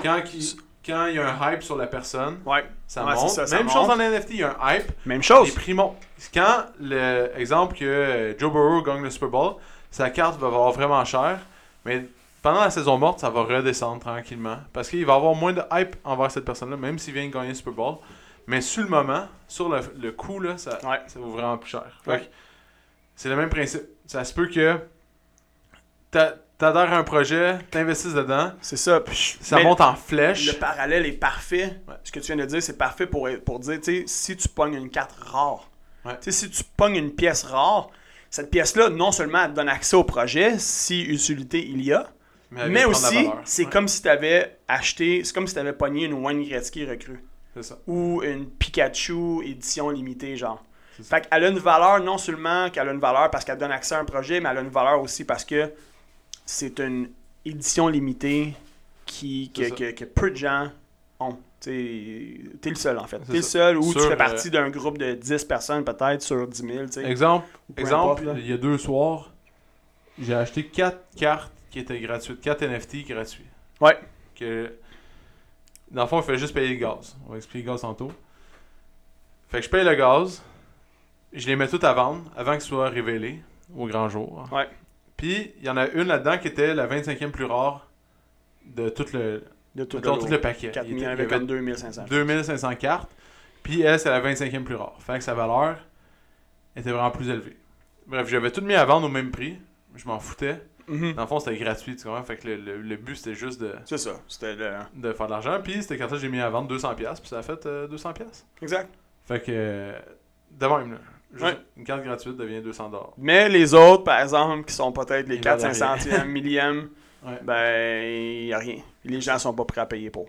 Quand, qu'il- quand il y a un hype sur la personne,
ouais.
ça
Ouais, c'est
monte.
ça, ça
Même chose
monte.
en NFT, il y a un hype.
Même
Les
chose.
prix montent. Quand, le, exemple, que euh, Joe Burrow gagne le Super Bowl, sa carte va valoir vraiment cher, mais pendant la saison morte, ça va redescendre tranquillement. Parce qu'il va avoir moins de hype envers cette personne-là, même s'il vient de gagner le Super Bowl. Mais sur le moment, sur le, le coup, là, ça,
Ouais.
ça vaut vraiment plus cher. Fait
Ouais.
que C'est le même principe. Ça se peut que t'a- t'adhères à un projet, t'investisses dedans,
C'est ça. puis-
ça
mais
monte en flèche.
Le parallèle est parfait.
Ouais.
Ce que tu viens de dire, c'est parfait pour, pour dire, tu sais, si tu pognes une carte rare,
Ouais.
tu sais, si tu pognes une pièce rare, cette pièce-là, non seulement elle te donne accès au projet, si utilité il y a,
elle
mais
vient de prendre la
aussi,
valeur.
c'est
Ouais,
comme si tu avais acheté, c'est comme si tu avais pogné une Wayne Gretzky recrue
c'est ça.
ou une Pikachu édition limitée, genre.
C'est ça.
Fait qu'elle a une valeur, non seulement qu'elle a une valeur parce qu'elle donne accès à un projet, mais elle a une valeur aussi parce que c'est une édition limitée qui, que,
C'est ça.
que- que peu de gens ont. T'sais, T'es le seul, en fait.
C'est
T'es le
ça.
seul ou tu
Sur, euh,
fais partie d'un groupe de 10 personnes, peut-être, sur 10 000, tu sais.
Exemple,
ou peu importe,
Exemple,
là.
il y a deux soirs, j'ai acheté quatre cartes qui étaient gratuites, quatre NFT gratuits.
Ouais.
Que, dans le fond, il fallait juste payer le gaz. On va expliquer le gaz tantôt. Fait que je paye le gaz, je les mets toutes à vendre avant qu'ils soient révélés au grand jour.
Ouais.
Puis, il y en a une là-dedans qui était la 25e plus rare de tout le,
De tout,
mettons, tout le paquet.
4
Il était-
000
il y
avec
avait
comme 2500.
2500 cartes. Puis elle, c'est la 25e plus rare. Fait que sa valeur était vraiment plus élevée. Bref, j'avais tout mis à vendre au même prix. Je m'en foutais.
Mhm.
Dans le fond, c'était gratuit, tu comprends? Fait que le, le- le but, c'était juste de,
C'est ça. C'était le...
de faire de l'argent. Puis cette carte-là, j'ai mis à vendre 200$. piastres, Puis ça a fait euh, 200$. piastres.
Exact.
Fait que. euh, de même, là. Juste
Ouais.
Une carte gratuite devient 200$.
Mais les autres, par exemple, qui sont peut-être les
Ils
4
valent
500e, millième,
Ouais.
ben, il n'y a rien. Les gens sont pas prêts à payer pour.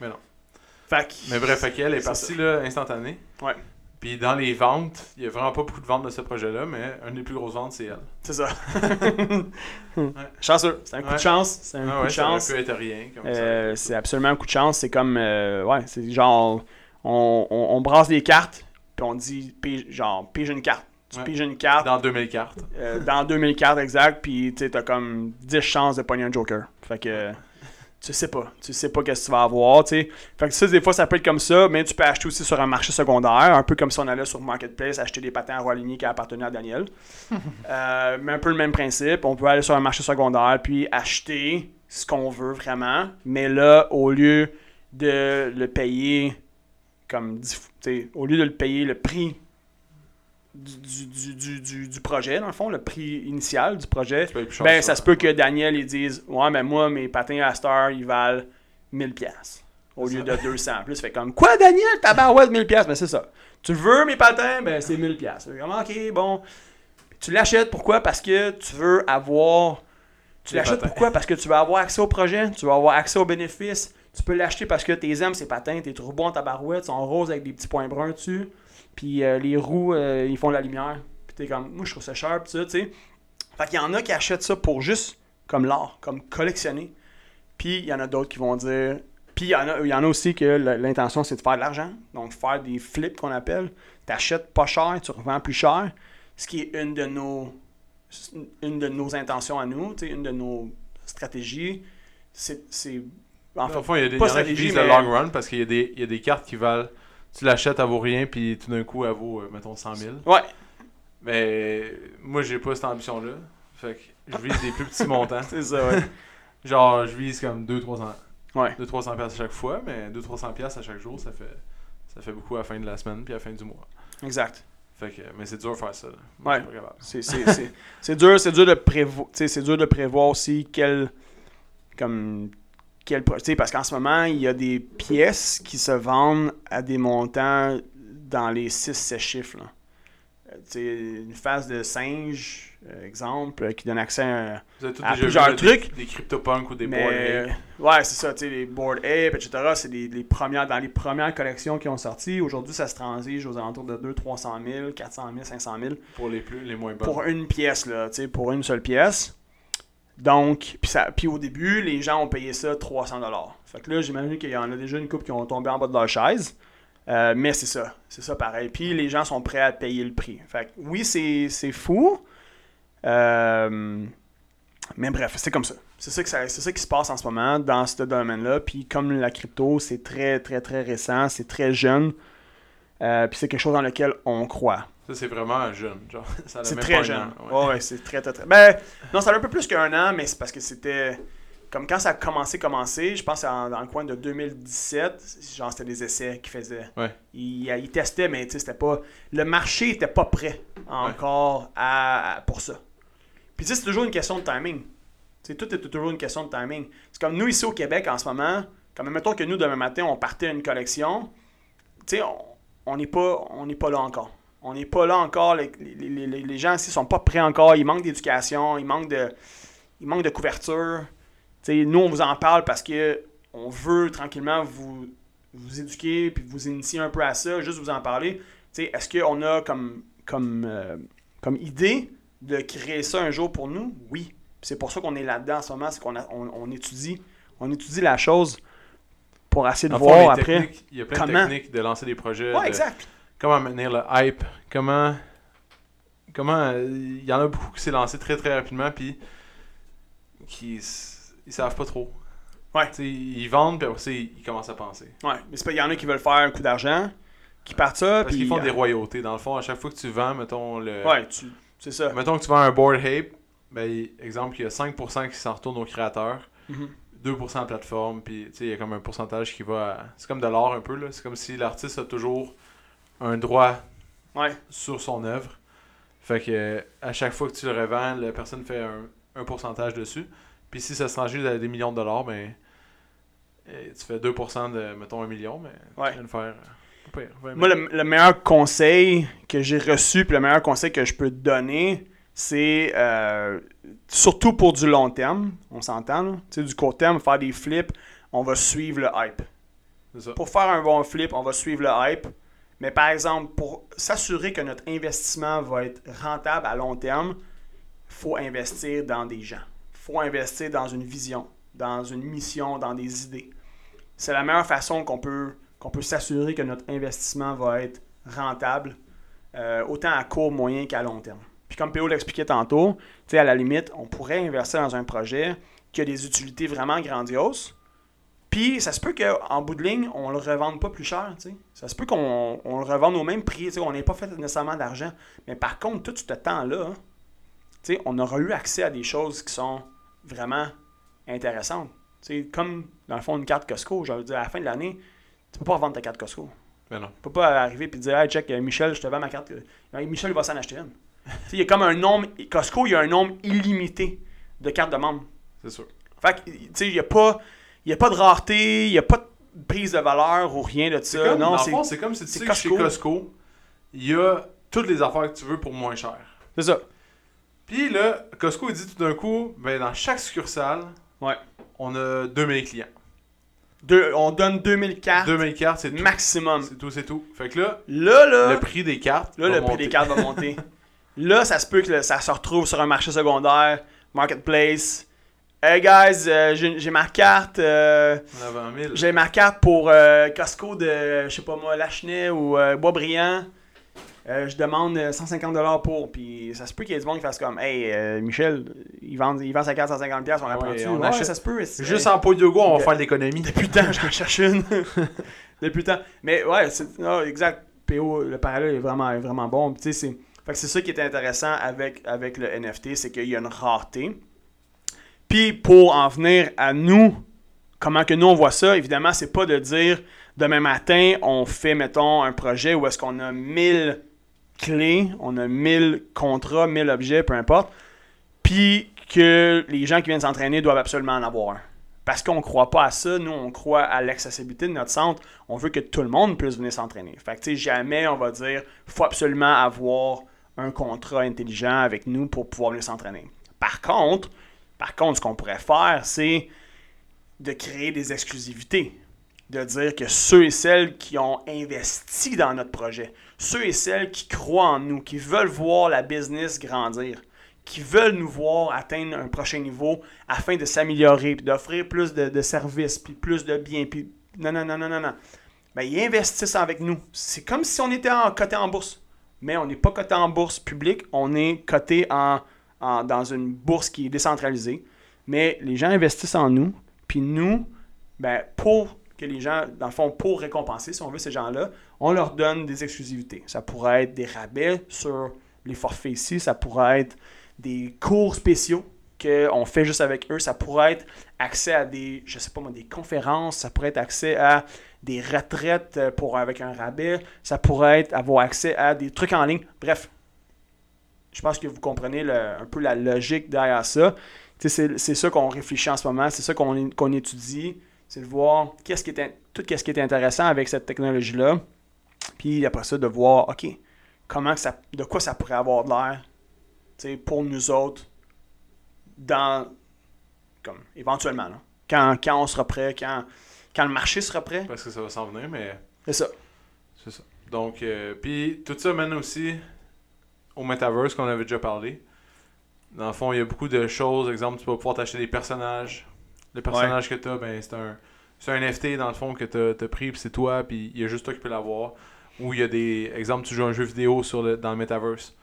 Mais non.
Fait que-
Mais bref, fait qu'elle est
C'est
partie, là, instantanée.
Ouais.
Puis dans les ventes, il y a vraiment pas beaucoup de ventes de ce projet-là, mais une des plus grosses ventes, c'est elle.
C'est ça. Chanceux. C'est un coup
Ouais.
de chance. C'est un
Ah
coup
ouais,
de
ça aurait
chance.
pu être rien. Comme ça.
Euh, c'est absolument un coup de chance. C'est comme. euh, ouais, c'est genre. On, on, on brasse des cartes, puis on dit, pige- genre, pige une carte. Tu
Ouais.
piges une carte.
Dans 2000 cartes.
Euh, dans 2000 cartes exact, puis tu sais, t'as comme 10 chances de pogner un Joker. Fait que euh, tu sais pas, tu sais pas qu'est-ce que tu vas avoir, tu sais. Fait que ça, des fois, ça peut être comme ça, mais tu peux acheter aussi sur un marché secondaire, un peu comme si on allait sur Marketplace acheter des patins à roi Ligny qui appartenaient à Daniel. Euh, mais un peu le même principe, on peut aller sur un marché secondaire puis acheter ce qu'on veut vraiment, mais là, au lieu de le payer comme dix f- tu sais, au lieu de le payer le prix du, du, du, du, du projet, dans le fond, le prix initial du projet,
Tu payes plus cher
ben ça se peut que Daniel il dise Ouais, mais moi, mes patins à Star, ils valent 1000$. au lieu de 200 plus. Fait comme, quoi, Daniel, ta barouette, 1000$, mais c'est ça. Tu veux mes patins, ben c'est 1000$. Fait Comme, ok, bon. Tu l'achètes, pourquoi? Parce que tu veux avoir. Tu
Des
l'achètes
patins.
pourquoi? Parce que tu veux avoir accès au projet, tu veux avoir accès aux bénéfices. Tu peux l'acheter parce que tes aimes, ces patins, tes turbo en tabarouette, sont roses avec des petits points bruns dessus. Puis euh, les roues, euh, ils font de la lumière. Puis t'es comme, moi je trouve ça cher, pis ça, tu sais. Fait qu'il y en a qui achètent ça pour juste comme l'art, comme collectionner. Puis il y en a d'autres qui vont dire. Puis il y, en a- il y en a aussi que la- l'intention c'est de faire de l'argent. Donc faire des flips qu'on appelle. T'achètes pas cher, tu revends plus cher. Ce qui est une de nos, une de nos intentions à nous, tu sais, une de nos stratégies. C'est. c'est- En fait,
Enfin, il y a des
pas
il y en a qui
stratégie,
disent
mais-
le long run parce qu'il y, a des- il y a des cartes qui valent. Tu l'achètes, elle vaut rien, puis tout d'un coup, elle vaut, euh, mettons, 100 000.
ouais,
Mais moi, j'ai pas cette ambition-là. Fait que je vise des plus petits montants.
c'est ça, ouais.
Genre, je vise comme 200-300
Ouais.
200 pièces à chaque fois, mais 200-300 pièces à chaque jour, ça fait, ça fait beaucoup à la fin de la semaine puis à la fin du mois.
exact.
Fait que, mais c'est dur de faire ça. là. Moi,
Ouais.
je suis pas capable.
C'est- C'est c'est- c'est dur, c'est dur de prévoir. tu sais, C'est dur de prévoir aussi quel. Comme. Quel, pro- tu sais, parce qu'en ce moment, il y a des pièces qui se vendent à des montants dans les 6-7 chiffres. là. Euh, tu sais, une phase de singe, euh, exemple, euh, qui donne accès à un,
Vous avez tous
Ah,
déjà vu
plusieurs
là, des,
trucs.
des CryptoPunk ou des
mais,
Bored Ape.
Ouais, c'est ça, tu sais, les Board Ape, etc. C'est des- les premières, dans les premières collections qui ont sorti. Aujourd'hui, ça se transige aux alentours de 200 300 000, 400 000, 500 000.
pour les plus les moins bonnes.
pour une pièce, là, tu sais, pour une seule pièce. Donc, puis ça- puis au début, les gens ont payé ça 300$. Fait que là, j'imagine qu'il y en a déjà une couple qui ont tombé en bas de leur chaise. Euh, mais c'est ça, c'est ça pareil. Puis les gens sont prêts à payer le prix. Fait que oui, c'est c'est fou. Euh, mais bref, c'est comme ça. C'est ça, que ça- c'est ça qui se passe en ce moment dans ce domaine-là. Puis comme la crypto, c'est très, très, très récent, c'est très jeune. Euh, puis c'est quelque chose dans lequel on croit.
Ça, c'est vraiment jeune. Genre, ça a
C'est
même
très
pas un
jeune.
an, ouais.
Ouais, ouais, c'est très, très, très. Ben, non, ça a un peu plus qu'un an, mais c'est parce que c'était. Comme quand ça a commencé, commencé, je pense en- dans le coin de 2017, genre c'était des essais qu'ils faisaient.
Ouais.
Ils, ils testaient, mais tu sais, c'était pas. Le marché était pas prêt encore à, à- pour ça. Puis tu sais, c'est toujours une question de timing. Tu sais, tout est toujours une question de timing. C'est comme nous ici au Québec en ce moment, comme mettons que nous demain matin, on partait une collection, tu sais, on- on n'est pas, on n'est pas là encore. On n'est pas là encore. Les, les- les- les- les gens ici sont pas prêts encore. Il manque d'éducation, il manque de, il manque de couverture. Tu sais, nous, on vous en parle parce que on veut tranquillement vous, vous éduquer puis vous initier un peu à ça, juste vous en parler. Tu sais, Est-ce qu'on a comme, comme, euh, comme idée de créer ça un jour pour nous? Oui. Puis C'est pour ça qu'on est là-dedans en ce moment, c'est qu'on a- on, on étudie, on étudie la chose pour essayer de
Dans le fond,
voir
les
après.
techniques- Il y a plein
comment-
de techniques de lancer des projets.
Ouais,
de-
exact.
Comment maintenir le hype Comment. Comment. euh, Il y en a beaucoup qui s'est lancé très très rapidement, puis. qui. s- Ils savent pas trop.
Ouais.
Tu sais, ils vendent, puis après ça, ils, ils commencent à penser.
Ouais, mais c'est pas, il y en a qui veulent faire un coup d'argent, qui partent ça,
Parce
puis. ah,
qu'ils font des royautés. Dans le fond, à chaque fois que tu vends, mettons le.
Ouais, tu, c'est ça.
Mettons que tu vends un board ape, ben, il- exemple, il y a 5% qui s'en retournent aux créateurs,
Mhm.
2% à la plateforme, puis tu sais, il y a comme un pourcentage qui va à- C'est comme de l'art un peu, là. C'est comme si l'artiste a toujours un droit
Ouais,
sur son œuvre. Fait que euh, à chaque fois que tu le revends, la personne fait un, un pourcentage dessus. Puis si ça se transige à des millions de dollars, ben euh, tu fais 2% de, mettons, un million, mais
Ouais.
tu viens de faire euh, pas pire, 20 000.
Moi, le, le meilleur conseil que j'ai reçu, puis le meilleur conseil que je peux te donner, c'est euh, surtout pour du long terme, on s'entend, là. tu sais, du court terme, faire des flips, on va suivre le hype.
C'est ça.
Pour faire un bon flip, on va suivre le hype. Mais par exemple, pour s'assurer que notre investissement va être rentable à long terme, faut investir dans des gens. faut investir dans une vision, dans une mission, dans des idées. C'est la meilleure façon qu'on peut, qu'on peut s'assurer que notre investissement va être rentable, euh, autant à court, moyen qu'à long terme. Puis comme PO l'expliquait tantôt, tu sais, à la limite, on pourrait investir dans un projet qui a des utilités vraiment grandioses. Puis ça se peut qu'en bout de ligne, on le revende pas plus cher. tu sais. Ça se peut qu'on on le revende au même prix. tu sais, On n'ait pas fait nécessairement d'argent. Mais par contre, tout ce temps-là, hein, tu sais, on aura eu accès à des choses qui sont vraiment intéressantes. Tu sais, comme dans le fond, une carte Costco. Je veux dire, à la fin de l'année, tu peux pas revendre ta carte Costco.
Mais Ben non.
Tu peux pas arriver et dire Hey, check, euh, Michel, je te vends ma carte. Non, Michel va s'en acheter une. Tu sais, il y a comme un nombre. Costco, il y a un nombre illimité de cartes de membres.
C'est sûr.
Fait que, tu sais, il n'y a, pas- y a pas de rareté, il n'y a pas de- prise de valeur ou rien de
C'est
ça.
comme, dans
Euh, Non,
le
c'est
fond, c'est comme si tu
c'est
sais que chez
Costco.
Costco, il y a toutes les affaires que tu veux pour moins cher.
c'est ça.
Puis là, Costco il dit tout d'un coup, ben dans chaque succursale,
Ouais.
on a 2000 clients.
Deux- on donne 2000 cartes
2000 cartes, c'est tout.
maximum.
C'est tout, c'est tout. Fait que là,
Là, là,
le prix des cartes.
là,
va
le prix
monter.
des cartes va monter. là, ça se peut que le- ça se retrouve sur un marché secondaire, marketplace. Hey guys, euh, j'ai j'ai ma carte. euh,
On avait un 1000.
J'ai ma carte pour euh, Costco de, je sais pas moi, Lachenay ou euh, Boisbriand. Euh, je demande euh, 150$ pour. Puis ça se peut qu'il y ait du monde qui fasse comme Hey, euh, Michel, il vend, il vend sa carte 150$, on la
Ouais,
prend-tu?
on
Ouais,
achète.
ça se peut. c'est-
Juste en pot de yogourt, on va
Ok.
faire de l'économie.
Depuis le temps, j'en cherche une. Depuis le temps. Mais ouais, c'est non, exact. PO, le parallèle est vraiment, est vraiment bon. Puis, tu sais, c'est fait que c'est ça qui est intéressant avec, avec le NFT, c'est qu'il y a une rareté. Puis pour en venir à nous, comment que nous on voit ça, évidemment, c'est pas de dire demain matin, on fait, mettons, un projet où est-ce qu'on a 1000 clés, on a 1000 contrats, 1000 objets, peu importe, puis que les gens qui viennent s'entraîner doivent absolument en avoir un. Parce qu'on croit pas à ça, nous on croit à l'accessibilité de notre centre, on veut que tout le monde puisse venir s'entraîner. Fait que tu sais, jamais on va dire faut absolument avoir un contrat intelligent avec nous pour pouvoir venir s'entraîner. Par contre, par contre, ce qu'on pourrait faire, c'est de créer des exclusivités. De dire que ceux et celles qui ont investi dans notre projet, ceux et celles qui croient en nous, qui veulent voir la business grandir, qui veulent nous voir atteindre un prochain niveau afin de s'améliorer, puis d'offrir plus de, de services, puis plus de biens, puis non, non, non, non, non, non. Ben, ils investissent avec nous. C'est comme si on était en, coté en bourse. Mais on n'est pas coté en bourse publique, on est coté en, en- dans une bourse qui est décentralisée. Mais les gens investissent en nous, puis nous, ben, pour que les gens, dans le fond, pour récompenser, si on veut, ces gens-là, on leur donne des exclusivités. Ça pourrait être des rabais sur les forfaits ici, ça pourrait être des cours spéciaux qu'on fait juste avec eux, ça pourrait être accès à des, je sais pas moi, des conférences, ça pourrait être accès à des retraites euh, pour, avec un rabais, ça pourrait être avoir accès à des trucs en ligne. Bref, je pense que vous comprenez le- un peu la logique derrière ça. Tu sais, C'est c'est ça qu'on réfléchit en ce moment, c'est ça qu'on qu'on étudie, c'est de voir qu'est-ce qui est in- tout ce qui est intéressant avec cette technologie-là, puis après ça, de voir, OK, comment que ça, de quoi ça pourrait avoir de l'air tu sais, pour nous autres dans comme éventuellement là. Quand, quand on sera prêt, quand, quand le marché sera prêt.
Parce que ça va s'en venir, mais
C'est ça.
c'est ça. Donc, euh, puis tout ça mène aussi au metaverse qu'on avait déjà parlé. Dans le fond, il y a beaucoup de choses. Exemple, tu vas pouvoir t'acheter des personnages. Le personnage que tu as, ben, c'est un, c'est un NFT dans le fond que tu as, pris, puis c'est toi, puis il y a juste toi qui peux l'avoir. Ou il y a des. Exemple, tu joues à un jeu vidéo sur le, dans le metaverse.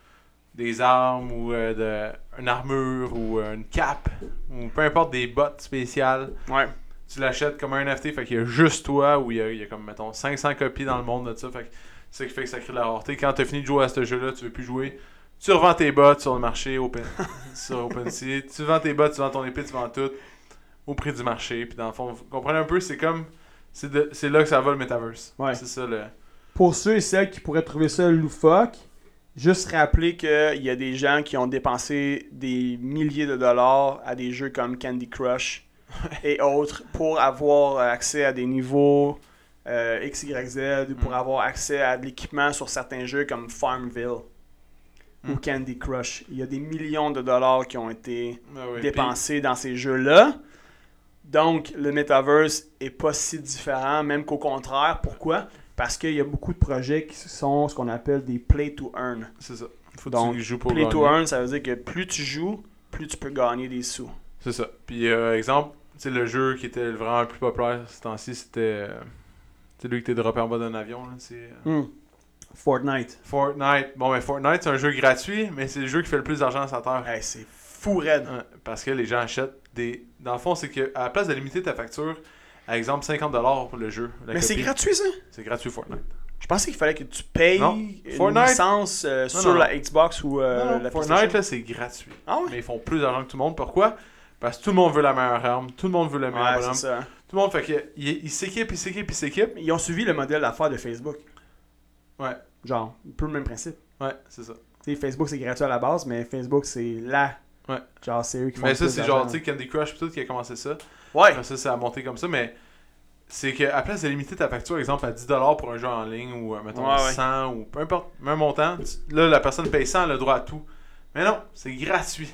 Des armes ou euh, de, une armure ou euh, une cape ou peu importe des bottes spéciales.
Ouais.
tu l'achètes comme un NFT, fait qu'il y a juste toi, ou il y a, il y a comme, mettons, 500 copies dans le monde de ça, fait que c'est ce qui fait que ça crée de la rareté. Quand t'as fini de jouer à ce jeu-là, tu veux plus jouer, tu revends tes bottes sur le marché, open, sur OpenSea, tu vends tes bottes, tu vends ton épée, tu vends tout au prix du marché, puis dans le fond, vous comprenez un peu, c'est comme, c'est de- c'est là que ça va le metaverse.
Ouais.
C'est ça le...
Pour ceux et celles qui pourraient trouver ça loufoque, juste rappeler qu'il y a des gens qui ont dépensé des milliers de dollars à des jeux comme Candy Crush et autres pour avoir euh, accès à des niveaux euh, XYZ ou pour
Mm.
avoir accès à de l'équipement sur certains jeux comme Farmville ou
Mm.
Candy Crush. Il y a des millions de dollars qui ont été
Ah ouais,
dépenser dans ces jeux-là. Donc, le metaverse est pas si différent, même qu'au contraire. Pourquoi? Parce qu'il y a beaucoup de projets qui sont ce qu'on appelle des play to earn.
puis C'est ça. Faut que
Donc,
tu joues pour
Play to
gagner.
earn, ça veut dire que plus tu joues, plus tu peux gagner des sous.
C'est ça. Puis, euh, exemple, tu sais, le jeu qui était vraiment le plus populaire ce temps-ci, c'était... euh, tu sais, lui qui était droppé en bas d'un avion, là, c'est... euh,
Fortnite.
Fortnite. Bon, mais Fortnite, c'est un jeu gratuit, mais c'est le jeu qui fait le plus d'argent sur la Terre.
Hey, c'est fou raide.
Hein, Parce que les gens achètent des. Dans le fond, c'est que à la place de limiter ta facture, à exemple 50$ pour le jeu. la
Mais c'est
copie,
gratuit, ça?
C'est gratuit Fortnite.
Je pensais qu'il fallait que tu payes
Non.
une
Fortnite-
licence euh, sur
non.
la Xbox ou euh,
Non, non,
la
Fortnite,
PlayStation.
là, c'est gratuit.
Ah ouais?
Mais ils font plus d'argent que tout le monde. Pourquoi Parce que tout le monde veut la meilleure arme, tout le monde veut le meilleur
Ouais,
bonhomme.
c'est ça.
Tout le monde fait que. Ils ils s'équipent, ils s'équipent, ils s'équipent.
Ils ont suivi le modèle d'affaires de Facebook.
Ouais.
Genre, un peu le même principe.
Ouais, c'est ça.
Tu sais, Facebook, c'est gratuit à la base, mais Facebook, c'est là.
Ouais.
Genre, c'est eux qui font
Mais
le
ça,
plus
c'est genre,
d'argent.
tu sais, Candy Crush, pis tout qui a commencé ça.
Ouais.
Après ça, ça a monté comme ça, mais c'est qu'à place de limiter ta facture, exemple, à 10$ pour un jeu en ligne ou, euh, mettons,
Ouais, ouais.
100 ou peu importe, un montant, tu- là, la personne paye 100, elle a le droit à tout. Mais non, c'est gratuit.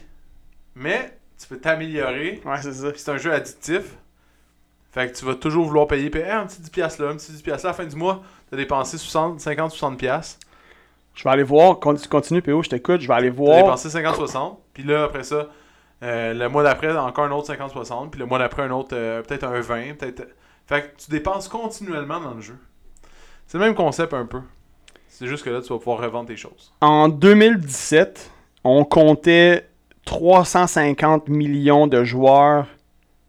Mais tu peux t'améliorer.
Ouais, c'est ça.
Puis c'est un jeu addictif. Fait que tu vas toujours vouloir payer. Puis, hey, un petit 10$ là, un petit 10$ là, à la fin du mois, t'as dépensé 60, 50, 60$.
Je vais aller voir. Con- Continue, PO, je t'écoute. Je vais aller
T'as
voir.
dépensé 50-60. Puis là, après ça, euh, le mois d'après, encore un autre 50-60. Puis le mois d'après, un autre, euh, peut-être un 20. Peut-être... Fait que tu dépenses continuellement dans le jeu. C'est le même concept un peu. C'est juste que là, tu vas pouvoir revendre tes choses.
En 2017, on comptait 350 millions de joueurs.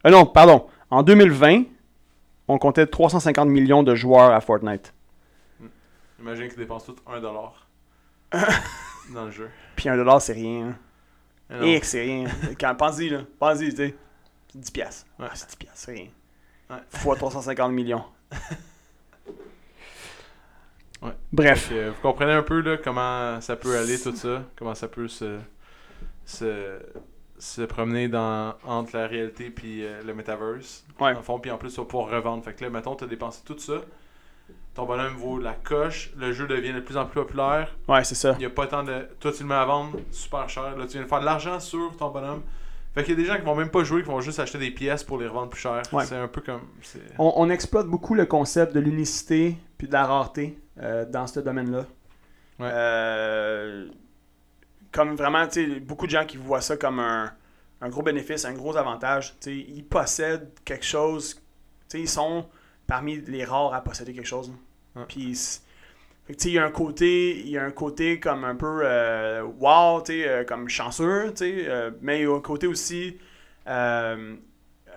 Ah non, pardon. En 2020, on comptait 350 millions de joueurs à Fortnite.
Imagine qu'ils dépensent tout 1$ dans le jeu.
Puis un dollar, c'est rien. hein.
Mais Ah non.
Et que c'est rien. Quand, pense-y, là. Pense-y, tu sais. C'est 10 piastres.
Ouais.
Ah, c'est 10 piastres, c'est rien.
Ouais.
Fois 350 millions.
Ouais.
Bref.
Fait que euh, vous comprenez un peu là, comment ça peut aller tout ça, comment ça peut se, se, se promener dans, entre la réalité puis euh, le metaverse.
Ouais.
Dans le fond, puis en plus, tu vas pouvoir revendre. Fait que là, mettons, tu as dépensé tout ça, ton bonhomme vaut la coche, le jeu devient de plus en plus populaire,
Ouais, c'est ça.
il n'y a pas tant de. Toi, tu le mets à vendre super cher, là, tu viens de faire de l'argent sur ton bonhomme. Fait qu'il y a des gens qui vont même pas jouer, qui vont juste acheter des pièces pour les revendre plus cher.
Ouais.
C'est un peu comme. c'est-
On, on exploite beaucoup le concept de l'unicité puis de la rareté euh, dans ce domaine-là.
Ouais.
Euh, comme vraiment, tu sais, beaucoup de gens qui voient ça comme un, un gros bénéfice, un gros avantage. Tu sais, ils possèdent quelque chose. Tu sais, ils sont parmi les rares à posséder quelque chose.
Ouais.
Puis, c'est- fait que, tu sais, il y a un côté, il y a un côté comme un peu euh, wow, tu sais, euh, comme chanceux, tu sais, euh, mais il y a un côté aussi. euh, euh,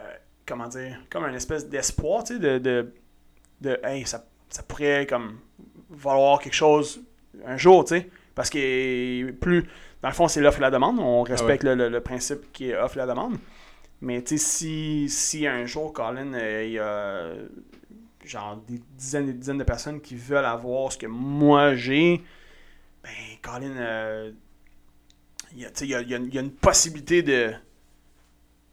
comment dire, comme un espèce d'espoir, tu sais, de, de, de hey, ça, ça pourrait comme valoir quelque chose un jour, tu sais, parce que plus, dans le fond, c'est l'offre et la demande, on respecte le, le- le principe qui est offre et la demande, mais tu sais, si, si un jour, Colin, euh, il y a genre des dizaines et des dizaines de personnes qui veulent avoir ce que moi j'ai, ben, Colin, euh, il y a- tu sais, il y a- il y a- il y a une possibilité de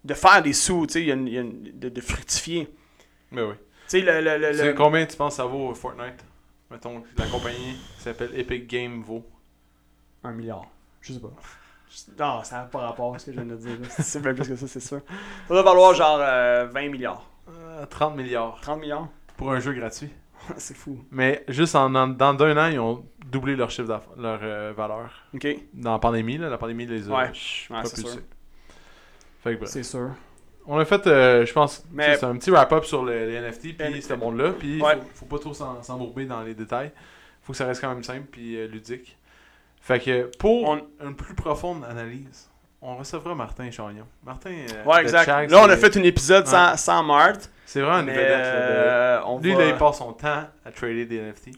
de faire des sous, tu sais, il y a une- il y a une- de, de fructifier. Tu
Mais oui.
sais, le, le, le-
Tu
le-
sais combien tu penses ça vaut Fortnite Mettons, la compagnie qui s'appelle Epic Game vaut.
Un milliard. Je sais pas. Je- Non, ça n'a pas rapport à ce que je viens de dire. là. C'est bien plus que ça, c'est sûr. Ça doit valoir genre euh, 20 milliards.
Euh, 30 milliards
30 milliards?
pour un jeu gratuit.
c'est fou.
Mais juste en, en- dans d'un an, ils ont doublé leur chiffre d'affaires, leur euh, valeur.
OK?
Dans la pandémie, là, la pandémie les a
Ouais,
pas
c'est
propulsés.
sûr.
Fait que bref.
sûr.
On a fait, euh, je pense,
Mais-
c'est un petit wrap-up sur le- les NFT
Ben-
puis ce monde-là. Puis
Ouais.
faut, faut pas trop s'en- s'embourber dans les détails. Faut que ça reste quand même simple puis euh, ludique. Fait que pour
On-
une plus profonde analyse, on recevra Martin Chagnon. Martin, euh,
Ouais,
de
exact.
Chags,
Là, on a
c'est-
fait un épisode sans, sans Marthe.
C'est vraiment une
Mais,
vedette. là, de-
euh, on
Lui,
va-
là, il passe son temps à trader des NFT.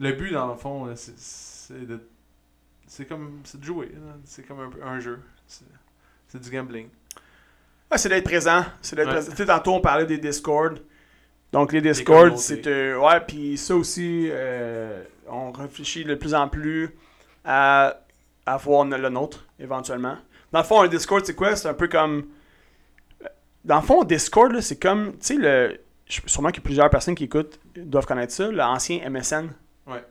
Le but, dans le fond, là, c'est- c'est de. C'est comme. C'est de jouer. là. C'est comme un, peu- un jeu. C'est c'est du gambling.
Ouais, c'est d'être présent. C'est d'être
Ouais.
présent. Tu sais, tantôt, on parlait des Discord. Donc, les Discord,
communautés.
c'est. euh, ouais, puis ça aussi, euh, on réfléchit de plus en plus à avoir no- le nôtre, éventuellement. Dans le fond, un Discord, c'est quoi C'est un peu comme. euh, Dans le fond, Discord, là, c'est comme. Tu sais, le. je- Sûrement que plusieurs personnes qui écoutent doivent connaître ça, l'ancien MSN.
Ouais.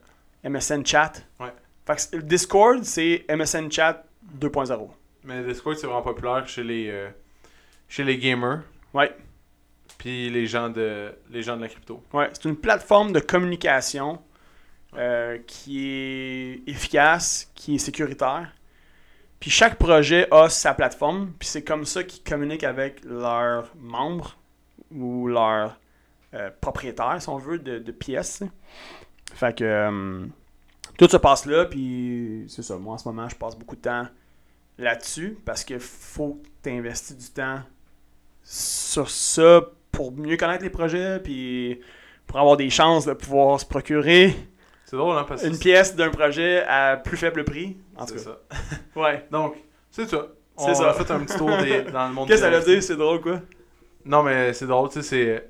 MSN Chat.
Ouais.
Fait que c'est- le Discord, c'est MSN Chat 2.0.
Mais Discord, c'est vraiment populaire chez les. euh, chez les gamers.
Ouais.
Puis les gens de. Les gens de la crypto.
Ouais, c'est une plateforme de communication euh, qui est efficace, qui est sécuritaire. Puis chaque projet a sa plateforme, puis c'est comme ça qu'ils communiquent avec leurs membres ou leurs euh, propriétaires, si on veut, de, de pièces. Fait que euh, tout se passe là, puis c'est ça. Moi, en ce moment, je passe beaucoup de temps là-dessus parce que faut t'investir du temps sur ça pour mieux connaître les projets, puis pour avoir des chances de pouvoir se procurer
C'est drôle, hein, parce que.
une pièce d'un projet à plus faible prix. En tout
C'est
cas,
ça.
ouais.
Donc, c'est ça.
C'est
On
ça.
a fait un petit tour des- dans le monde
Qu'est-ce que ça
des
veut
NFT.
dire? C'est drôle, quoi.
Non, mais c'est drôle, tu sais, c'est.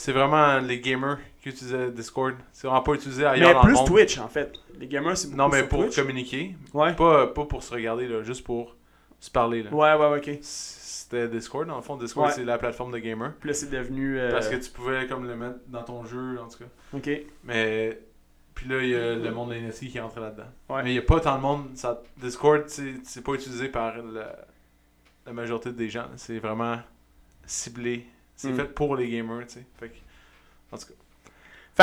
C'est vraiment les gamers qui utilisaient Discord. C'est vraiment pas utilisé ailleurs
Mais
dans le
plus
monde.
Twitch, en fait. Les gamers, c'est beaucoup
Non, mais
sur
pour
Twitch.
communiquer.
Ouais.
Pas, pas pour se regarder, là, juste pour se parler. Là.
Ouais, ouais, ouais, ok.
C'est C'était Discord, dans le fond. Discord,
Ouais.
c'est la plateforme de gamer.
Puis là, c'est devenu. euh,
Parce que tu pouvais comme le mettre dans ton jeu, en tout cas.
Ok.
Mais. Puis là, il y a le monde des NFT qui est rentré là-dedans.
Ouais.
Mais il n'y a pas tant de monde. Ça... Discord, c'est c'est pas utilisé par la, la majorité des gens. C'est vraiment ciblé. C'est
Mm.
fait pour les gamers, tu sais. Fait que- En tout cas.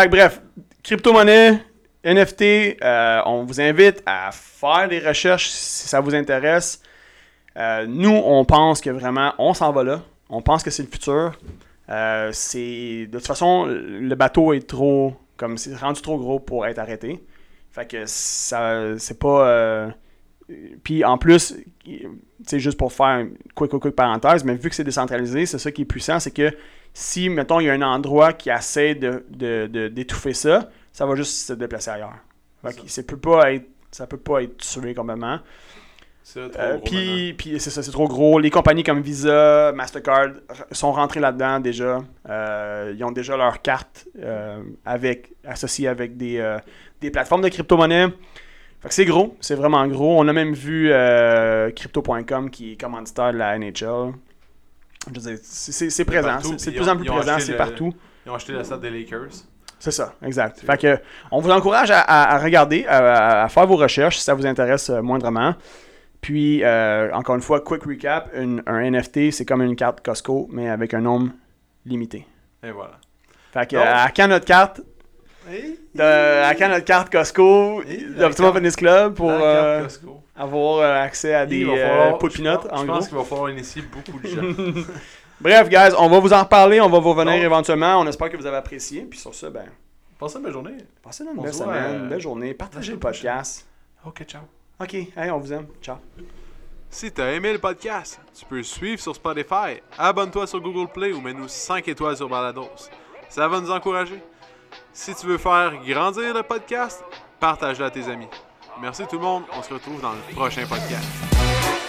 Fait que bref, crypto-monnaie, NFT, euh, on vous invite à faire des recherches si ça vous intéresse. Euh, nous, on pense que vraiment, on s'en va là. On pense que c'est le futur. Euh, c'est de toute façon, le bateau est trop, comme c'est rendu trop gros pour être arrêté. Fait que ça, c'est pas. euh, puis en plus, c'est juste pour faire une quick, quick, quick parenthèse, mais vu que c'est décentralisé, c'est ça qui est puissant, c'est que si, mettons, il y a un endroit qui essaie de, de- de- d'étouffer ça, ça va juste se déplacer ailleurs. Fait
C'est
que ça peut pas être, ça peut pas être tué complètement.
C'est trop
Euh,
gros maintenant.
puis, puis c'est ça, c'est trop gros. Les compagnies comme Visa, Mastercard r- sont rentrées là-dedans déjà. Euh, ils ont déjà leurs cartes euh, avec, associées avec des, euh, des plateformes de crypto-monnaie. Fait que c'est gros, c'est vraiment gros. On a même vu euh, Crypto.com qui est commanditaire de la NHL. Je veux dire, c'est- c'est c'est présent,
partout,
c'est c'est de
puis
plus
ils
en
ont-
plus
ils ont
présent,
acheté
c'est
le-
partout.
Ils ont acheté la salle des Lakers.
C'est ça, exact.
C'est-
Fait que, on vous encourage à, à- à regarder, à, à- à faire vos recherches si ça vous intéresse euh, moindrement. Puis, euh, encore une fois, quick recap, une- un NFT, c'est comme une carte Costco, mais avec un nombre limité.
Et voilà.
Fait que,
Donc-
à quand notre carte, de- euh, à quand notre carte Costco,
Et la
l'Optimum
carte-
Fitness Club, pour
La carte
euh,
Costco.
avoir euh, accès à des
Il va
euh,
falloir-
poupinottes,
je pense-
en
Je
gros.
pense qu'il va falloir initier beaucoup de gens.
Bref, guys, on va vous en reparler, on va vous revenir
Donc-
éventuellement, on espère que vous avez apprécié. Puis sur ça, ben,
Passez ma journée.
passez une
On
belle
se voit,
semaine,
euh,
belle journée, partagez
semaine
le
prochaine.
podcast.
Ok, ciao.
OK, hey, on vous aime. Ciao.
Si t'as aimé le podcast, tu peux le suivre sur Spotify, abonne-toi sur Google Play ou mets-nous 5 étoiles sur Balados. Ça va nous encourager. Si tu veux faire grandir le podcast, partage-le à tes amis. Merci tout le monde, on se retrouve dans le prochain podcast.